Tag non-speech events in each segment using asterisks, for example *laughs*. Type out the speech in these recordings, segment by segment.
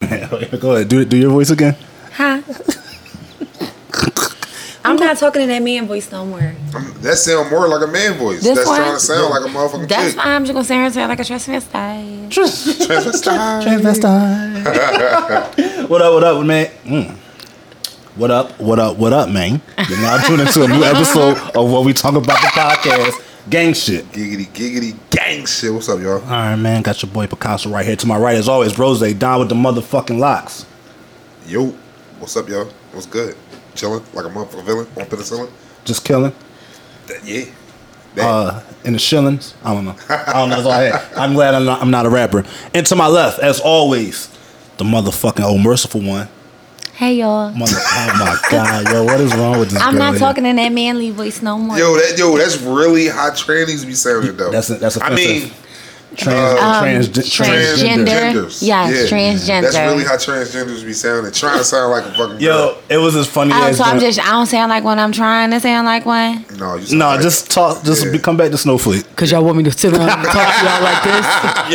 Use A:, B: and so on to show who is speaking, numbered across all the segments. A: *laughs* Go ahead. Do it. Do your voice again.
B: Hi. I'm not talking in that man voice no more.
C: That sound more like a man voice.
B: That's
C: That's,
B: why-
C: trying to sound like a motherfucking
B: That's
C: chick.
B: why I'm just gonna say her sound like a transvestite.
C: Transvestite.
A: Transvestite. *laughs* what up? What up, man? Mm. What up? What up? What up, man? You're now tuned into a new episode of what we talk about the podcast, gang shit.
C: Giggity, giggity, gang shit. What's up, y'all?
A: All right, man. Got your boy Picasso right here to my right, as always. Rose down with the motherfucking locks.
C: Yo, what's up, y'all? What's good? Chilling like a motherfucking villain on penicillin.
A: Just killing.
C: That, yeah. That,
A: Uh, in the shillings. I don't know. I don't know. That's all I had. I'm glad I'm not, I'm not a rapper. And to my left, as always, the motherfucking old merciful one.
B: Hey y'all.
A: Mother, oh my god, yo, what is wrong with this?
B: I'm
A: girl
B: not
A: here?
B: talking in that manly voice no more.
C: yo, that yo, that's really how trannies be sounding though.
A: That's a- that's
C: I mean,
A: offensive. Trans,
B: Um,
A: trans, transgender.
B: transgender.
C: transgenders.
B: Yes, transgender.
C: That's really how transgenders be sounding. Trying to sound like a fucking
A: Yo, it was as funny
B: Oh,
A: as.
B: so I'm just I don't sound like one. I'm trying to sound like one.
C: Girl. No, you sound
A: no,
C: like-
A: just talk. Just
C: Yeah.
A: be, come back to Snowflake.
D: Cause y'all want me to sit around and talk to y'all like this.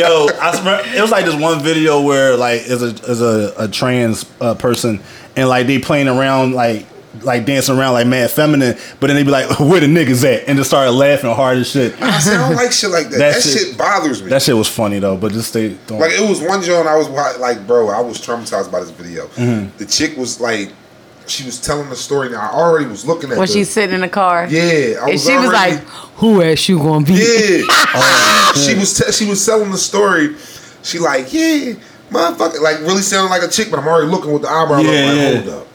A: *laughs* Yo, I swear, it was like this one video where like is a is a, a trans uh, person and like they playing around like like dancing around like mad feminine, but then they be like, *laughs* "Where the niggas at?" and just started laughing hard as shit.
C: I sound like shit like that.
A: That
C: That,
A: shit-
C: shit, bothers me.
A: That shit was funny though, but just stay. Don't,
C: Like it was one joint I was wa- like, bro, I was traumatized by this video.
A: Mm-hmm.
C: The chick was like, she was telling the story, and I already was looking at
D: When
C: the-
D: she's sitting in the car.
C: Yeah, I
D: and
C: was
D: she was
C: already-
D: like, Oh, Who ass you gonna be?
C: yeah,
D: *laughs*
C: she was te- she was telling the story. She like, yeah, motherfucker, like really sounding like a chick, but I'm already looking with the eyebrow
A: Yeah,
C: up,
A: yeah.
C: like, hold up.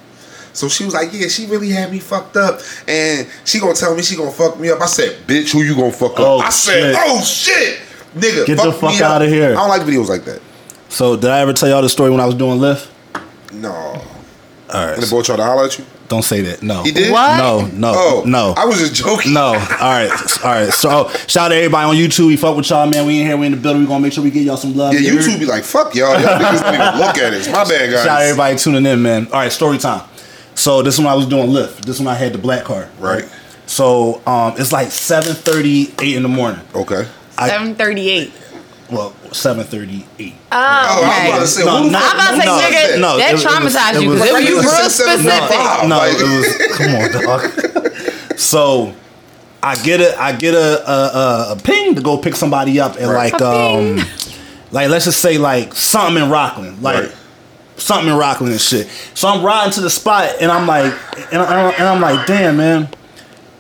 C: So she was like, yeah, she really had me fucked up, and she gonna tell me she gonna fuck me up. I said, bitch, who you gonna fuck up?
A: Oh,
C: I said,
A: shit.
C: oh shit, nigga,
A: Get the
C: me
A: fuck
C: up."
A: outta here.
C: I don't like videos like that.
A: So did I ever tell y'all the story when I was doing lift?
C: No.
A: All right,
C: And the boy tried to holler at you.
A: don't say that. No,
C: He did?
D: What?
A: No, no,
C: Oh
A: no.
C: I was just joking.
A: No. All right. All right. So oh, shout out to everybody on YouTube. We fuck with y'all, man. We in here. We in the building. We gonna make sure we get y'all some love.
C: Yeah,
A: Get
C: YouTube be like, fuck y'all. Y'all niggas don't even look at it. It's my bad, guys.
A: Shout out to everybody tuning in, man. All right, story time. So this one I was doing lift. This one I had the black card.
C: Right.
A: So um, it's like 7.38 in the morning.
C: Okay.
A: I-
D: 738.
A: Well, 7.38.
C: Oh, I was about to say, who the
A: no,
C: fuck
D: I'm about to say,
A: no,
C: said
D: nigga,
A: no,
D: that
A: it was- it was-
D: traumatized
A: it
D: you
A: was-
D: because
C: it
D: you
C: was
D: real
C: just seven-
D: specific.
C: no.
A: No,
C: Like-
A: it was. Come on, dog. So I get a I get a a, a, a ping to go pick somebody up and
C: Right.
A: like
B: A
A: um
B: ping.
A: like let's just say like something in Rockland like.
C: Right.
A: Something in Rockland and shit. So I'm riding to the spot and I'm like, and, I, and I'm like, damn man,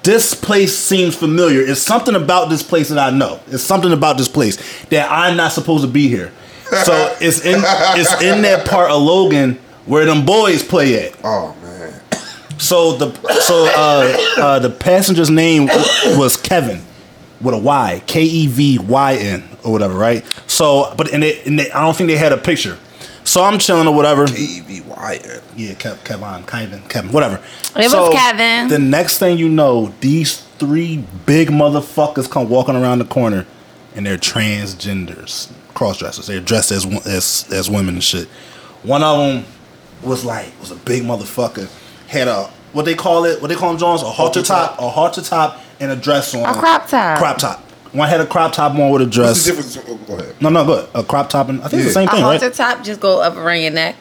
A: this place seems familiar. It's something about this place that I know. It's something about this place that I'm not supposed to be here. So it's in it's in that part of Logan where them boys play at.
C: Oh, man.
A: So the so uh, uh, the passenger's name w- was Kevin with a Y, K E V Y N or whatever, right? So, but and they, and they, I don't think they had a picture. So I'm chilling or whatever.
C: E-V-Y-N.
A: Yeah, Kev, Kevin, Kevin, Kevin, whatever.
B: It was Kevin.
A: The next thing you know, these three big motherfuckers come walking around the corner, and they're transgenders, cross dressers. They're dressed as wo- as as women and shit. One of them was like was a big motherfucker. Had a what they call it? What they call them, Jones? A halter top, a halter top, and a dress on.
B: A crop top.
A: Crop top. One had a crop top, one with a
C: What's
A: dress.
C: the difference? oh, Go ahead.
A: No, no, good. A crop top and I think it's the
C: Yeah.
A: same
D: A
A: thing,
D: halter
A: right?
D: top just go up around your neck.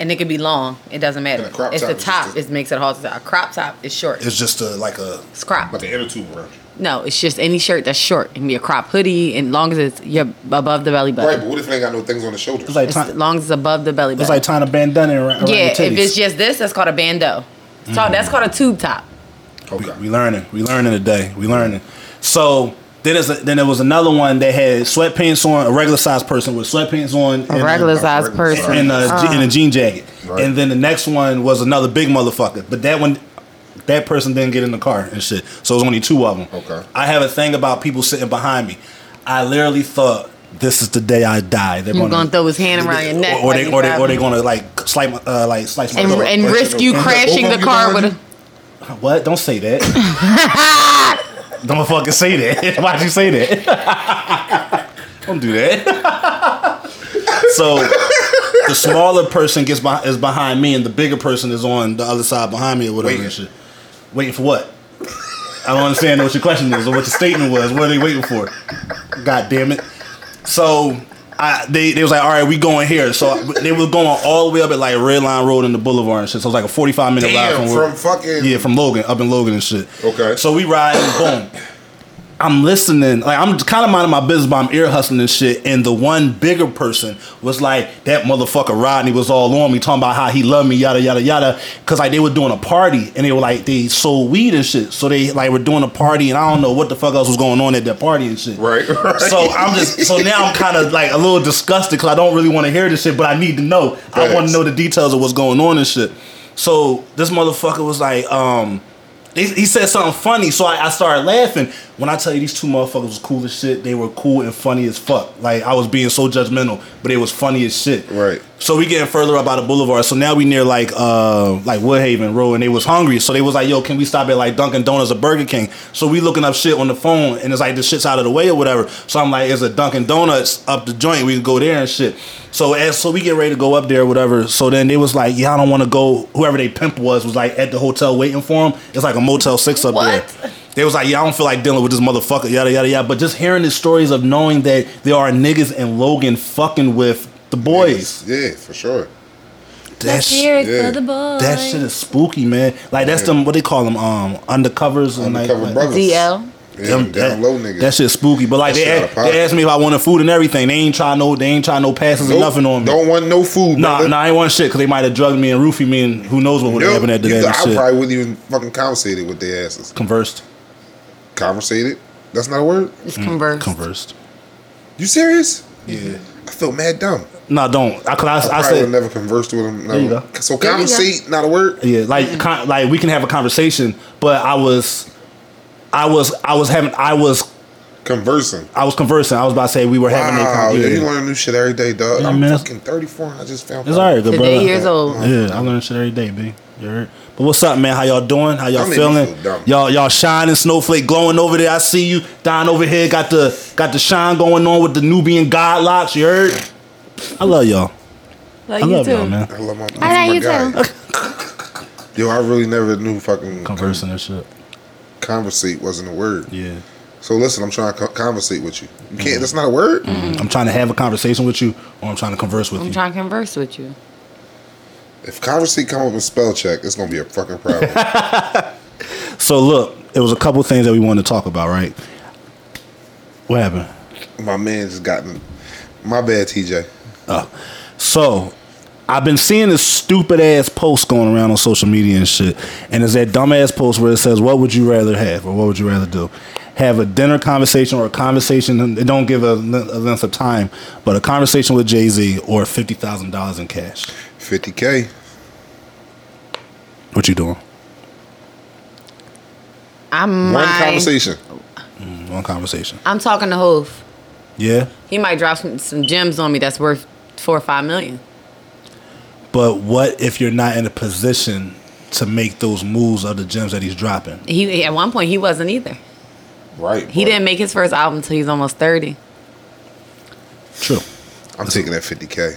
D: And it could be long. It doesn't matter.
C: Uh-huh. And a crop
D: It's
C: top
D: the
C: is just
D: top.
C: a-
D: It makes it a halter top. A crop top is short.
A: It's just a, like a
D: It's crop.
C: Like the inner tube around you.
D: No, it's just any shirt that's short. It can be a crop hoodie, and long as it's you're above the belly
C: Right,
D: button.
C: but what if they ain't got no things on the shoulders?
A: it's like
D: It's,
A: ti-
D: as long as it's above the belly
A: It's
D: button.
A: like tying a bandana around, around
D: yeah,
A: your titties.
D: if it's just this, that's called a bandeau. So that's called a tube top.
C: okay.
A: we learning, we learning today, we learning. So then, there's a, then there was another one that had sweatpants on, a regular sized person with sweatpants on, and
D: A
A: a-
D: regular Uh. sized
C: regular size.
D: person.
A: and a, je- and a jean jacket.
C: Right.
A: And then the next one was another big motherfucker, but that one, that person didn't get in the car and shit. So it was only two of them.
C: Okay.
A: I have a thing about people sitting behind me. I literally thought. This is the day I die. They're
D: You gonna throw his hand around your neck
A: or, or
D: like
A: they,
D: you
A: or they, or they
D: five-
A: gonna like slice, my- uh, like slice my
D: and,
A: throat.
D: and
C: Or
D: risk you
C: should-
D: crashing
C: over
D: the
C: you
D: car
C: behind
D: with
C: you?
D: a.
A: What? Don't say
C: *laughs*
A: that. Don't fucking say that. *laughs* Why'd you say that? *laughs* Don't do that. *laughs* so the smaller person gets behind, is behind me, and the bigger person is on the other side behind me or whatever.
C: Waiting.
A: and shit. waiting for what? I don't understand what your question is or what your statement was. What are they waiting for? God damn it. So I, they they was like, all right, we going here. So they was going all the way up at like Red Line Road and the Boulevard and shit. So it was like a forty five minute
C: Damn,
A: ride from,
C: from fucking-
A: yeah from Logan up in Logan and shit.
C: Okay.
A: So we ride and boom. I'm listening, like I'm kind of minding my business, but I'm ear hustling and shit. And the one bigger person was like, "That motherfucker Rodney was all on me, talking about how he loved me, yada yada yada." Because like they were doing a party and they were like they sold weed and shit, so they like were doing a party and I don't know what the fuck else was going on at that party and shit.
C: Right, *laughs* right.
A: So I'm just so now I'm kind of like a little disgusted because I don't really want to hear this shit, but I need to know. I want
C: Facts.
A: to know the details of what's going on and shit. So this motherfucker was like, um, he, he said something funny, so I, I started laughing. When I tell you these two motherfuckers was cool as shit, they were cool and funny as fuck. Like I was being so judgmental, but it was funny as shit.
C: Right.
A: So we getting further up out of Boulevard. So now we near like uh like Woodhaven Road, and they was hungry. So they was like, "Yo, can we stop at like Dunkin' Donuts or Burger King?" So we looking up shit on the phone, and it's like the shit's out of the way or whatever. So I'm like, "It's a Dunkin' Donuts up the joint. We can go there and shit." So as so we get ready to go up there or whatever. So then they was like, "Yeah, I don't want to go." Whoever they pimp was was like at the hotel waiting for him. It's like a Motel Six up
B: What?
A: there. They was like, yeah, I don't feel like dealing with this motherfucker, yada yada yada. But just hearing the stories of knowing that there are niggas in Logan fucking with the boys,
C: Yeah, for sure.
A: that
B: Let's
A: sh-
B: hear it
C: yeah.
B: for the boys.
A: that shit is spooky, man. Like that's them what they call them um undercovers and like,
C: Undercover
A: like
C: brothers.
D: DL.
C: Yeah,
A: them-
C: down
A: that,
C: low niggas.
A: that shit spooky. But like
C: That
A: they,
C: shit out
A: asked,
C: of pocket.
A: they asked me if I wanted food and everything. They ain't trying no they ain't trying no passes
C: Nope,
A: or nothing on me.
C: Don't want no food,
A: nah,
C: brother.
A: nah, I ain't want shit because they might have drugged me and roofied me and who knows what would have
C: Nope.
A: happened at the
C: You
A: day
C: know,
A: and
C: I
A: shit.
C: probably wouldn't even fucking conversate it with their asses.
A: Conversed,
C: Conversated? That's not a word?
D: It's converse.
A: conversed.
C: You serious? Yeah. I feel mad dumb.
A: Nah, don't. I, 'cause I,
C: I,
A: I
C: probably would
A: said
C: never conversed with him.
A: you
C: No.
A: go.
C: So
D: There you go.
C: conversate, not a word.
A: Yeah, like con- like we can have a conversation, but I was, I was, I was having, I was,
C: Conversing.
A: I was conversing. I was about to say we were having a
C: Wow, yeah,
A: conversation.
C: you learn new shit every day, dog.
A: Yeah,
C: I'm
A: man.
C: fucking 34 and I just found
A: it's
C: out.
A: alright, good brother.
D: Today years old.
A: Yeah,
C: Uh-huh.
A: I learn shit every day, b. You heard? But what's up, man? How y'all doing? How y'all
C: Don't make me
A: feeling?
C: feel dumb.
A: y'all y'all shining, snowflake glowing over there. I see you. Don over here got the got the shine going on with the Nubian god locks. You heard? I love y'all.
D: Like
A: I
D: you
A: love
D: too.
A: y'all, man.
C: I love my,
B: I
C: my
B: love you
C: guy.
B: too.
C: *laughs* Yo, I really never knew fucking con-
A: Conversing and shit.
C: conversate wasn't a word.
A: Yeah. Mm-hmm.
C: So listen, I'm trying to co- conversate with you. You can't. That's not a word.
D: Mm-hmm.
A: I'm trying to have a conversation with you, or I'm trying to converse with
D: I'm
A: you.
D: trying to converse with you.
C: If conversate come up in spell check, it's gonna be a fucking problem.
A: *laughs* So look, it was a couple things that we wanted to talk about, right? What happened?
C: my man just gotten. My bad, TJ.
A: Uh, So I've been seeing this stupid ass post going around on social media and shit, and it's that dumb ass post where it says, "What would you rather have, or what would you rather do?" Have a dinner conversation or a conversation. and They don't give a, le- a length of time, but a conversation with Jay Z or fifty thousand dollars in cash.
C: 50k.
A: What you doing?
D: I'm
C: One
D: my-
C: conversation.
A: One conversation.
D: I'm talking to Hoof.
A: Yeah,
D: He might drop some, some gems on me that's worth four or five million.
A: but what if you're not in a position to make those moves of the gems that he's dropping?
D: He at one point he wasn't either.
C: Right.
D: He
C: bro.
D: didn't make his first album until he's almost thirty.
A: True.
C: I'm taking that 50k.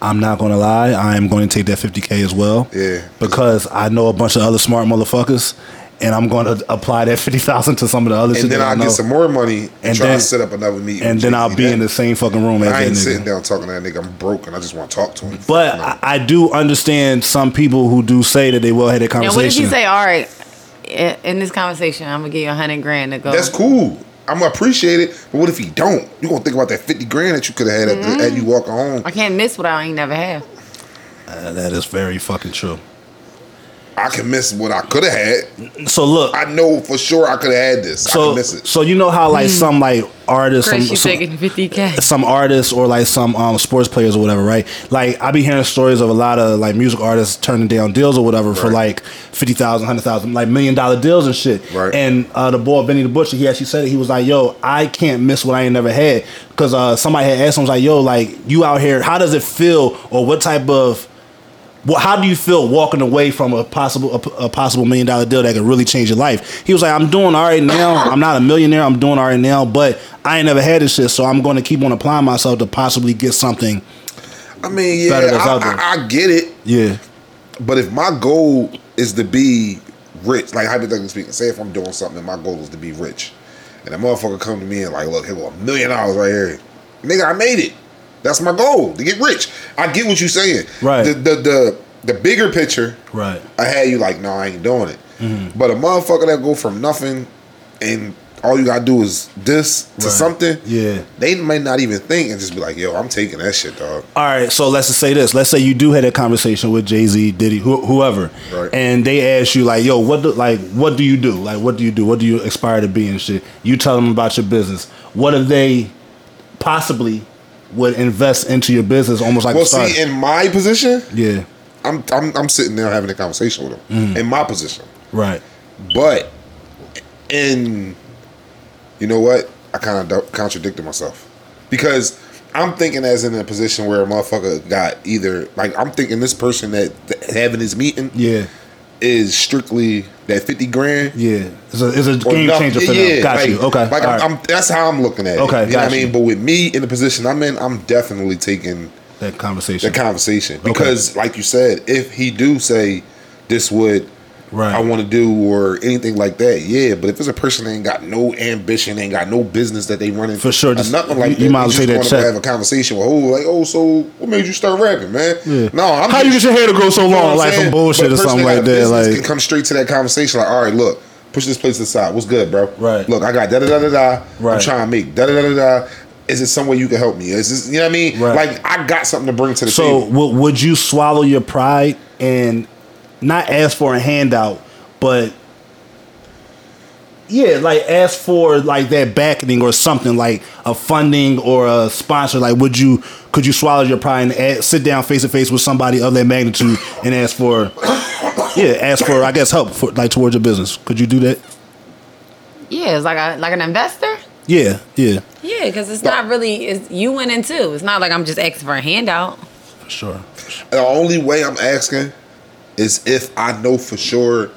A: I'm not gonna lie, I am going to take that 50k as well.
C: Yeah.
A: Because I know a bunch of other smart motherfuckers, and I'm going to apply that *laughs* 50,000 to some of the other shit.
C: And then
A: that I
C: I'll
A: know,
C: get some more money and,
A: And
C: try
A: then-
C: to set up another meeting.
A: And
C: with
A: then
C: JT.
A: I'll be
C: That-
A: in the same fucking room as
C: I
A: that
C: ain't
A: nigga.
C: sitting down talking to that nigga. I'm broke and I just want to talk to him.
A: But
C: No.
A: I, I do understand some people who do say that they will have that
D: Now what did
A: conversation.
D: he say? All right, i- in this conversation, I'm gonna give you a hundred grand to go.
C: That's cool. I'm gonna appreciate it. But what if he don't? You gonna think about that fifty grand that you could have had at, the, at you walking home?
D: I can't miss what I ain't never had.
A: Uh, that is very fucking true.
C: I can miss what I could have had.
A: So look,
C: I know for sure I could have had this. I
A: so
C: can miss it.
A: so you know how like some like artists, some,
D: Hmm. Chris, you
A: some-
D: taking
C: *laughs*
D: fifty k?
A: some artists or like some um, sports players or whatever, right? Like I be hearing stories of a lot of like music artists turning down deals or whatever for like fifty thousand, hundred thousand, like million dollar deals and shit.
C: Right.
A: And uh, the boy Benny the Butcher, he actually said it. He was like, "Yo, I can't miss what I ain't never had," because uh, somebody had asked him was like, "Yo, like you out here, how does it feel, or what type of?" Well, how do you feel walking away from a possible a, a possible million dollar deal that could really change your life? He was like, "I'm doing all right now. I'm not a millionaire. I'm doing all right now, but I ain't never had this shit, so I'm going to keep on applying myself to possibly get something."
C: I mean, yeah,
A: better than
C: I,
A: other.
C: I, I get it.
A: Yeah,
C: But if my goal is to be rich, like hypothetically speaking, say if I'm doing something and my goal is to be rich, and a motherfucker come to me and like, look, here go a million dollars right here, nigga, I made it. That's my goal to get rich. I get what you're saying.
A: Right.
C: The the the, the bigger picture.
A: Right.
C: I had you like, no, I ain't doing it.
A: Mm-hmm.
C: But a motherfucker that go from nothing and all you gotta do is this to
A: Right.
C: something.
A: Yeah.
C: They might not even think and just be like, yo, I'm taking that shit, dog.
A: All right, so let's just say this. Let's say you do have a conversation with Jay Z, Diddy, who whoever,
C: Right.
A: and they ask you like, "Yo, what do like what do you do? Like, what do you do? What do you aspire to be and shit?" You tell them about your business. What if they possibly would invest into your business, almost like
C: Well,
A: a startup?
C: see, in my position,
A: yeah,
C: I'm, I'm I'm sitting there having a conversation with
A: Mm.
C: him. In my position,
A: right,
C: but in you know what, I kind of contradicted myself because I'm thinking as in a position where a motherfucker got either like I'm thinking this person that, that having his meeting
A: yeah,
C: is strictly that fifty grand.
A: yeah. It's a, it's a
C: or
A: game
C: nothing.
A: changer for them. Got
C: like,
A: you. Okay.
C: Like
A: All
C: I'm,
A: right.
C: I'm, that's how I'm looking at it.
A: Okay,
C: you know what
A: got
C: I
A: you.
C: mean. But with me in the position I'm in, I'm definitely taking
A: that
C: the
A: conversation.
C: conversation because, like you said, if he do say this would
A: Right.
C: I want to do or anything like that, yeah. But if it's a person that ain't got no ambition, ain't got no business that they running
A: For sure,
C: or
A: just-
C: nothing like
A: you-
C: that,
A: you might as well
C: just
A: take that
C: wanna
A: check.
C: Have a conversation with oh, like oh, so what made you start rapping, man?
A: Yeah.
C: No, I'm
A: How you get your hair to grow so
C: you know
A: long?
C: what I'm
A: Like
C: saying?
A: some bullshit
C: But
A: or
C: a person
A: something
C: that
A: like
C: got
A: that.
C: business can
A: Like
C: come straight to that conversation. Like, all right, look, push this place aside. What's good, bro?
A: Right.
C: Look, I got da da da da da. I'm
A: Right.
C: trying to make da da da da da. Is it some way you can help me? Is this you know what I mean?
A: Right.
C: Like I got something to bring to the
A: So
C: table.
A: w- would you swallow your pride and not ask for a handout, but yeah, like ask for like that backing or something like a funding or a sponsor. Like, would you could you swallow your pride and ask, sit down face to face with somebody of that magnitude and ask for yeah, ask for I guess help for like towards your business? Could you do that?
D: Yeah, it's like a, like an investor.
A: Yeah, yeah,
D: Yeah, because it's not really it's you winning too. It's not like I'm just asking for a handout.
A: for sure.
C: The only way I'm asking is if I know for sure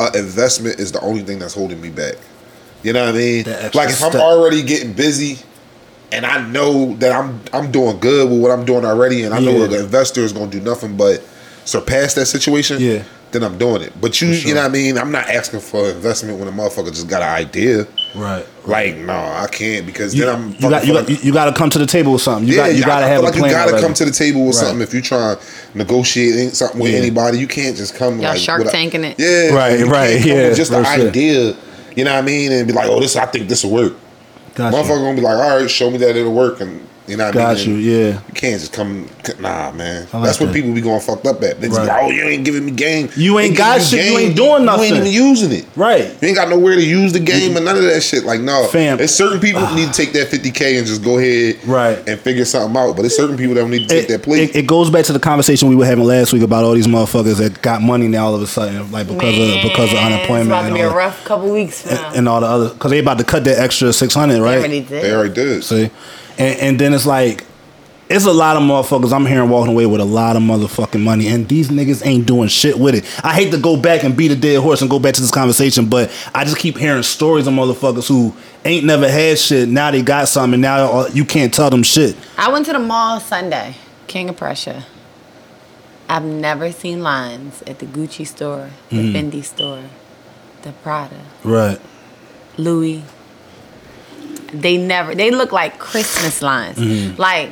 C: uh, investment is the only thing that's holding me back. You know what I mean?
A: That extra
C: Like if I'm
A: step.
C: already getting busy and I know that I'm I'm doing good with what I'm doing already and I know
A: Yeah.
C: the investor is gonna do nothing but surpass that situation,
A: Yeah.
C: then I'm doing it. But you
A: sure.
C: you know what I mean? I'm not asking for investment when a motherfucker just got an idea.
A: Right.
C: Like, no, I can't because
A: You,
C: then I'm
A: you got
C: fucking-
A: you got you got to come to the table with something. You
C: yeah,
A: got you got to
C: I,
A: have a
C: I feel like
A: plan.
C: you gotta
A: already.
C: come to the table with
A: Right.
C: something if you trying to negotiate any- something with
A: Yeah.
C: anybody. You can't just come
D: Y'all
C: like
D: Shark
C: with a-
D: Tanking it.
C: Yeah,
A: Right,
C: you can't
A: right,
C: come
A: yeah,
C: with just the
A: real shit.
C: idea. You know what I mean? And be like, oh, this I think this will work.
A: Got you.
C: Motherfucker gonna be like, all right, show me that it'll work, and you know what I mean.
A: Got you,
C: And
A: yeah.
C: You can't just come. Nah, man.
A: I like
C: That's what
A: that.
C: people be going fucked up at. They just be
A: Right.
C: like, oh, you ain't giving me game.
A: You ain't
C: They
A: got
C: giving
A: shit. You
C: game.
A: ain't doing
C: You
A: nothing.
C: ain't even using it.
A: Right. Mm-hmm.
C: You ain't got nowhere to use the game or none of that shit. Like, no.
A: Fam.
C: It's certain people
A: *sighs*
C: who need to take that 50K and just go ahead
A: Right.
C: and figure something out. But it's certain people that don't need to take
A: It,
C: that plea.
A: it- it goes back to the conversation we were having last week about all these motherfuckers that got money now all of a sudden, like because of because of unemployment
D: It's about to
A: and
D: be
A: all,
D: a
A: that,
D: rough couple weeks from now.
A: and all the other because they about to cut that extra six hundred, right?
D: Already did.
C: they already did.
A: See, and, and then it's like it's a lot of motherfuckers I'm hearing walking away with a lot of motherfucking money, and these niggas ain't doing shit with it. I hate to go back and beat a dead horse and go back to this conversation, but I just keep hearing stories of motherfuckers who ain't never had shit. Now they got something, and now uh, you can't tell them shit.
D: I went to the mall Sunday, King of Prussia. I've never seen lines at the Gucci store, the
A: Mm-hmm.
D: Fendi store, the Prada,
A: Right.
D: Louis. They never. They look like Christmas lines.
A: Mm-hmm.
D: Like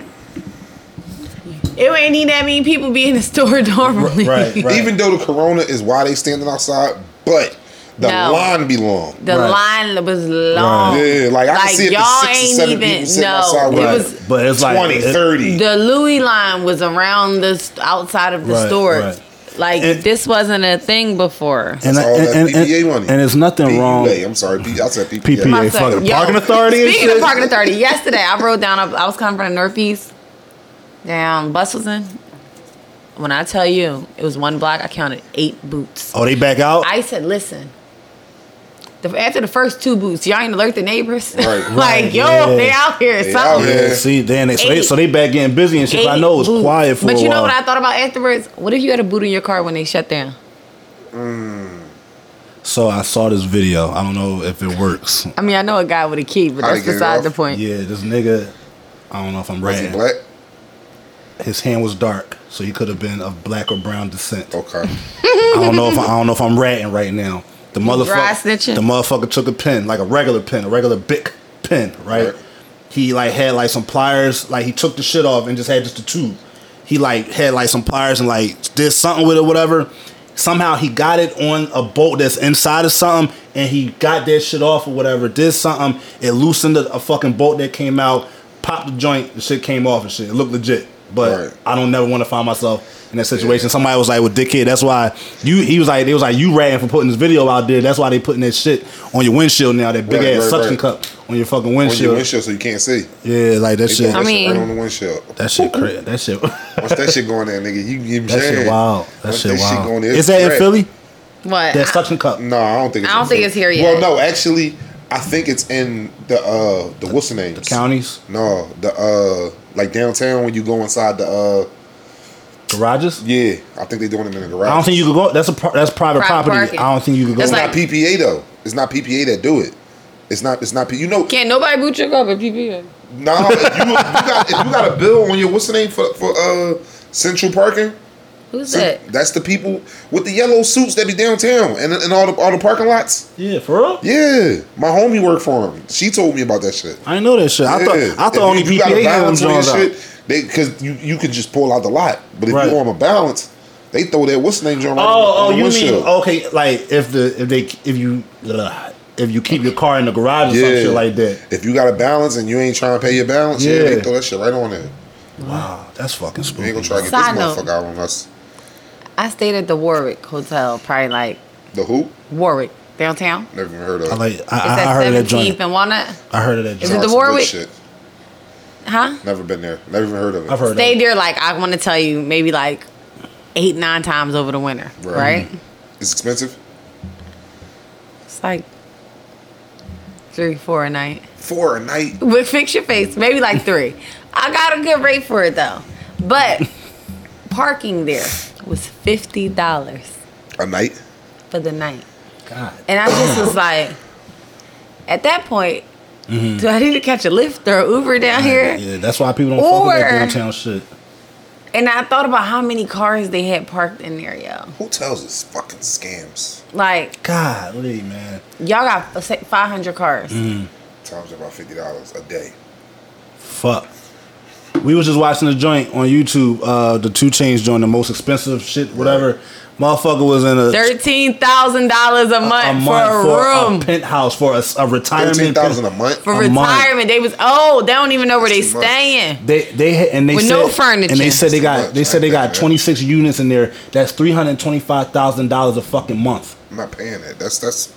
D: it ain't even that many people be in the store *laughs* normally.
A: right, right.
C: Even though the corona is why they standing outside, but the
D: No.
C: line be long.
D: The
A: Right.
D: line was long.
C: Yeah, like, I can see if it's
D: y'all
C: six or
D: ain't
C: seven people sitting outside
D: No,
C: with
D: it
A: Right.
D: was
A: but it's like
C: 20,
A: it-
C: 30.
D: The Louis line was around the st- outside of the
A: Right,
D: store.
A: right.
D: Like
A: And-
D: this wasn't a thing before.
A: and,
C: That's all
A: and,
C: that
A: and, and,
C: PPA money.
A: and it's nothing
C: PUA,
A: wrong.
C: I'm sorry. P- I said PPA.
A: PPA.
D: My son-
A: fucking
D: yo,
A: parking authority and
D: Speaking of
A: shit.
D: parking authority, yesterday I rode down. I, I was coming from the northeast down Bustleton. When I tell you, it was one block. I counted eight boots.
A: Oh, they back out.
D: I said, listen. The, after the first two boots, y'all ain't alert the neighbors.
C: Right.
D: *laughs* like,
A: Right,
D: yo,
A: yeah.
D: they out here.
C: They out
D: something.
C: here.
A: yeah, see, then they so, they
D: Eight-
A: so they back getting busy and shit. 'cause I
D: Eight
A: know it's
D: boots.
A: quiet for
D: But
A: a
D: you know
A: while.
D: what I thought about afterwards? What if you had a boot in your car when they shut down?
A: so I saw this video. I don't know if it works.
D: I mean, I know a guy with a key, but
C: How'd
D: that's
C: he get it
D: beside
C: off?
D: the point.
A: Yeah, this nigga. I don't know if I'm
C: Was he
A: right.
C: black?
A: His hand was dark, so he could have been of black or brown descent. *laughs*
C: Okay.
A: I don't know if I, I don't know if I'm ratting right now. The
D: dry
A: motherfucker,
D: snitching.
A: the motherfucker took a pen, like a regular pen, a regular big pen, right?
C: Right.
A: He like had like some pliers, like he took the shit off and just had just the tube. He like had like some pliers and like did something with it, whatever. Somehow he got it on a bolt that's inside of something, and he got that shit off or whatever. Did something, it loosened a, a fucking bolt that came out, popped the joint, the shit came off and shit. It looked legit, but
C: Right.
A: I don't never want to find myself in that situation. Somebody was like, "With well, dickhead," that's why you. He was like, "They was like you ratting for putting this video out there." That's why they putting that shit on your windshield now. That big
C: Right,
A: ass
C: right,
A: suction
C: right.
A: cup on your fucking
C: on
A: windshield.
C: your windshield so you can't see.
A: Yeah, like that
C: They
A: shit.
C: throw that
B: I
C: shit right
B: mean-
C: on the windshield.
A: that shit crazy. That shit. *laughs*
C: Once that shit going there, nigga, you you
A: That shit wild. That shit wild. Is that in Philly?
D: What?
A: That suction cup.
C: No, I don't think. It's
D: I don't
C: in
D: think
C: Philly.
D: it's here yet.
C: Well, no, actually, I think it's in the uh the what's the name? The
A: Counties,
C: No, the uh like downtown when you go inside the uh
A: garages.
C: yeah, I think they doing it in the garage.
A: I don't think you could go. That's a pri- that's private,
D: Private
A: property.
D: parking.
A: I don't think you could go.
D: That's
C: it's
D: like-
C: not PPA though. It's not PPA that do it. It's not. It's not. P- You know,
D: Can't nobody boot you up at PPA.
C: no. Nah, if you, if you got if you got a bill on your what's the name for for uh central parking.
D: Who's
C: Cent-
D: that?
C: That's the people with the yellow suits that be downtown and and all the all the parking lots.
A: yeah, for real.
C: Yeah, my homie worked for him. She told me about that shit.
A: I didn't know that shit. I thought
C: Yeah.
A: I
C: If
A: thought only
C: you got a
A: PPA had them
C: balance on your
A: joints out.
C: shit, They because you you could just pull out the lot, but if
A: Right.
C: you on a balance, they throw that what's the name joint.
A: Oh, oh,
C: on the
A: you mean
C: windshield.
A: okay? Like if the if they if you ugh, if you keep your car in the garage or some
C: Yeah.
A: shit like that.
C: If you got a balance and you ain't trying to pay your balance, yeah, they
A: Yeah.
C: throw that shit right on there.
A: Wow, that's fucking
C: We
A: spooky.
C: ain't gonna try to get this
D: Side note.
C: motherfucker out on us.
D: I stayed at the Warwick Hotel, probably like
C: The who?
D: Warwick downtown.
C: Never even heard of.
A: I like I,
D: It's
A: I, I
D: at
A: heard of that
D: 17th
A: joint.
D: and Walnut,
A: I heard of that
D: it
A: joint.
D: the
C: Sounds good
D: Warwick?
C: shit.
D: huh?
C: Never been there. Never even heard of it.
A: I've heard.
D: Stayed
A: of it.
D: there like I want to tell you, maybe like eight, nine times over the winter,
C: Right.
D: right?
C: It's expensive.
D: It's like three, four a night.
C: Four a night.
D: But fix your face, maybe
A: *laughs*
D: like three. I got a good rate for it though, but parking there was fifty dollars
C: A night.
D: for the night.
A: God.
D: And I just was like, at that point, do I need to catch a Lyft or Uber down here?
A: Yeah, that's why people don't fuck with that
D: Or-
A: downtown shit.
D: And I thought about how many cars they had parked in there, yo.
C: Hotels is fucking scams.
D: Like,
A: Golly, man.
D: y'all got let's say 500 cars.
C: Times about fifty dollars a day.
A: Fuck. We was just watching the joint on YouTube, uh, the two chains joint, the most expensive shit, whatever. Motherfucker was in a,
D: $13,000 a month,
A: a month
D: for a room.
A: a penthouse for a, s- a retirement.
C: Thirteen thousand a
A: pen-
C: month.
D: for
A: a month.
D: retirement. They was, oh, they don't even know where they
C: That's too much.
D: staying.
A: They they had- and they
D: With
A: said,
D: no furniture.
A: and they said they
C: That's
A: got
C: much.
A: they said they got
C: That's bad.
A: twenty six units in there. That's three hundred twenty five thousand dollars a fucking month.
C: I'm not paying that. That's that's.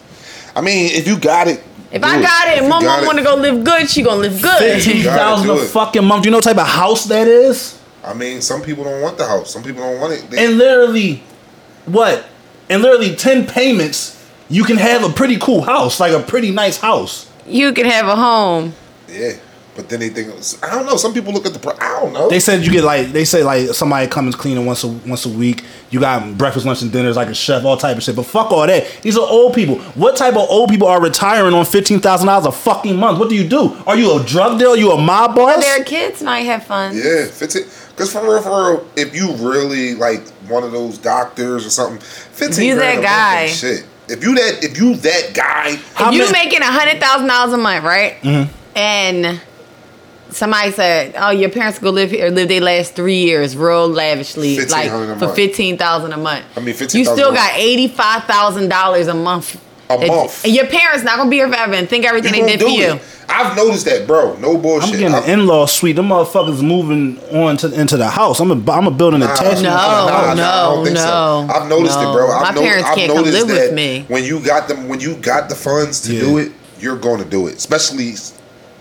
C: I mean, if you got it.
D: If
C: do
D: I got it
C: If
D: and
C: you
D: my
C: got
D: mom
C: it-
D: want to go live good, she gonna live
A: *laughs* Fifteen
D: good.
C: Gotta
A: thousand a
C: do it.
A: fucking month. Do you know what type of house that is?
C: I mean, some people don't want the house. Some people don't want it. They,
A: And literally, what? And literally ten payments, you can have a pretty cool house, like a pretty nice house.
D: you can have a home.
C: yeah, but then they think it was- I don't know. Some people look at the. pri- I don't know.
A: They said you get like they say like somebody comes cleaning once a once a week. You got breakfast, lunch, and dinners like a chef, all type of shit. But fuck all that. These are old people. What type of old people are retiring on fifteen thousand dollars a fucking month? What do you do? Are you a drug dealer? you a mob boss?
D: Their kids might have fun.
C: Yeah, fifteen. Because for real, for real, if you really like one of those doctors or something, fifteen.
D: You
C: grand
D: that
C: a month ain't
D: guy.
C: Shit. If you that if you that guy,
A: How
D: if you
A: many- Mm-hmm.
D: making a hundred thousand dollars a month, right? And somebody said, "Oh, your parents go live here, live their last three years real lavishly, like
C: $1,500 a
D: for
C: month.
D: fifteen thousand a month."
C: I mean, $15,000
D: you
C: a
D: still
C: month.
D: got eighty five thousand dollars a month.
C: A
D: That-
C: month.
D: And your parents not gonna be here forever and think everything
C: you
D: they
C: gonna
D: did for
C: do
D: you.
C: it. I've noticed that, bro. No
A: I'm
C: bullshit.
A: getting
C: I've-
A: an in-law suite. Them motherfuckers moving on to into the house. I'm a, I'm a building an attachment. to
D: Uh, No,
A: the house.
D: no, no,
C: I've noticed
D: no.
C: it, bro. I've
D: My parents
C: I've
D: can't come
C: noticed
D: live with
C: that
D: me.
C: When you got them, when you got the funds to
A: Yeah.
C: do it, you're going to do it. Especially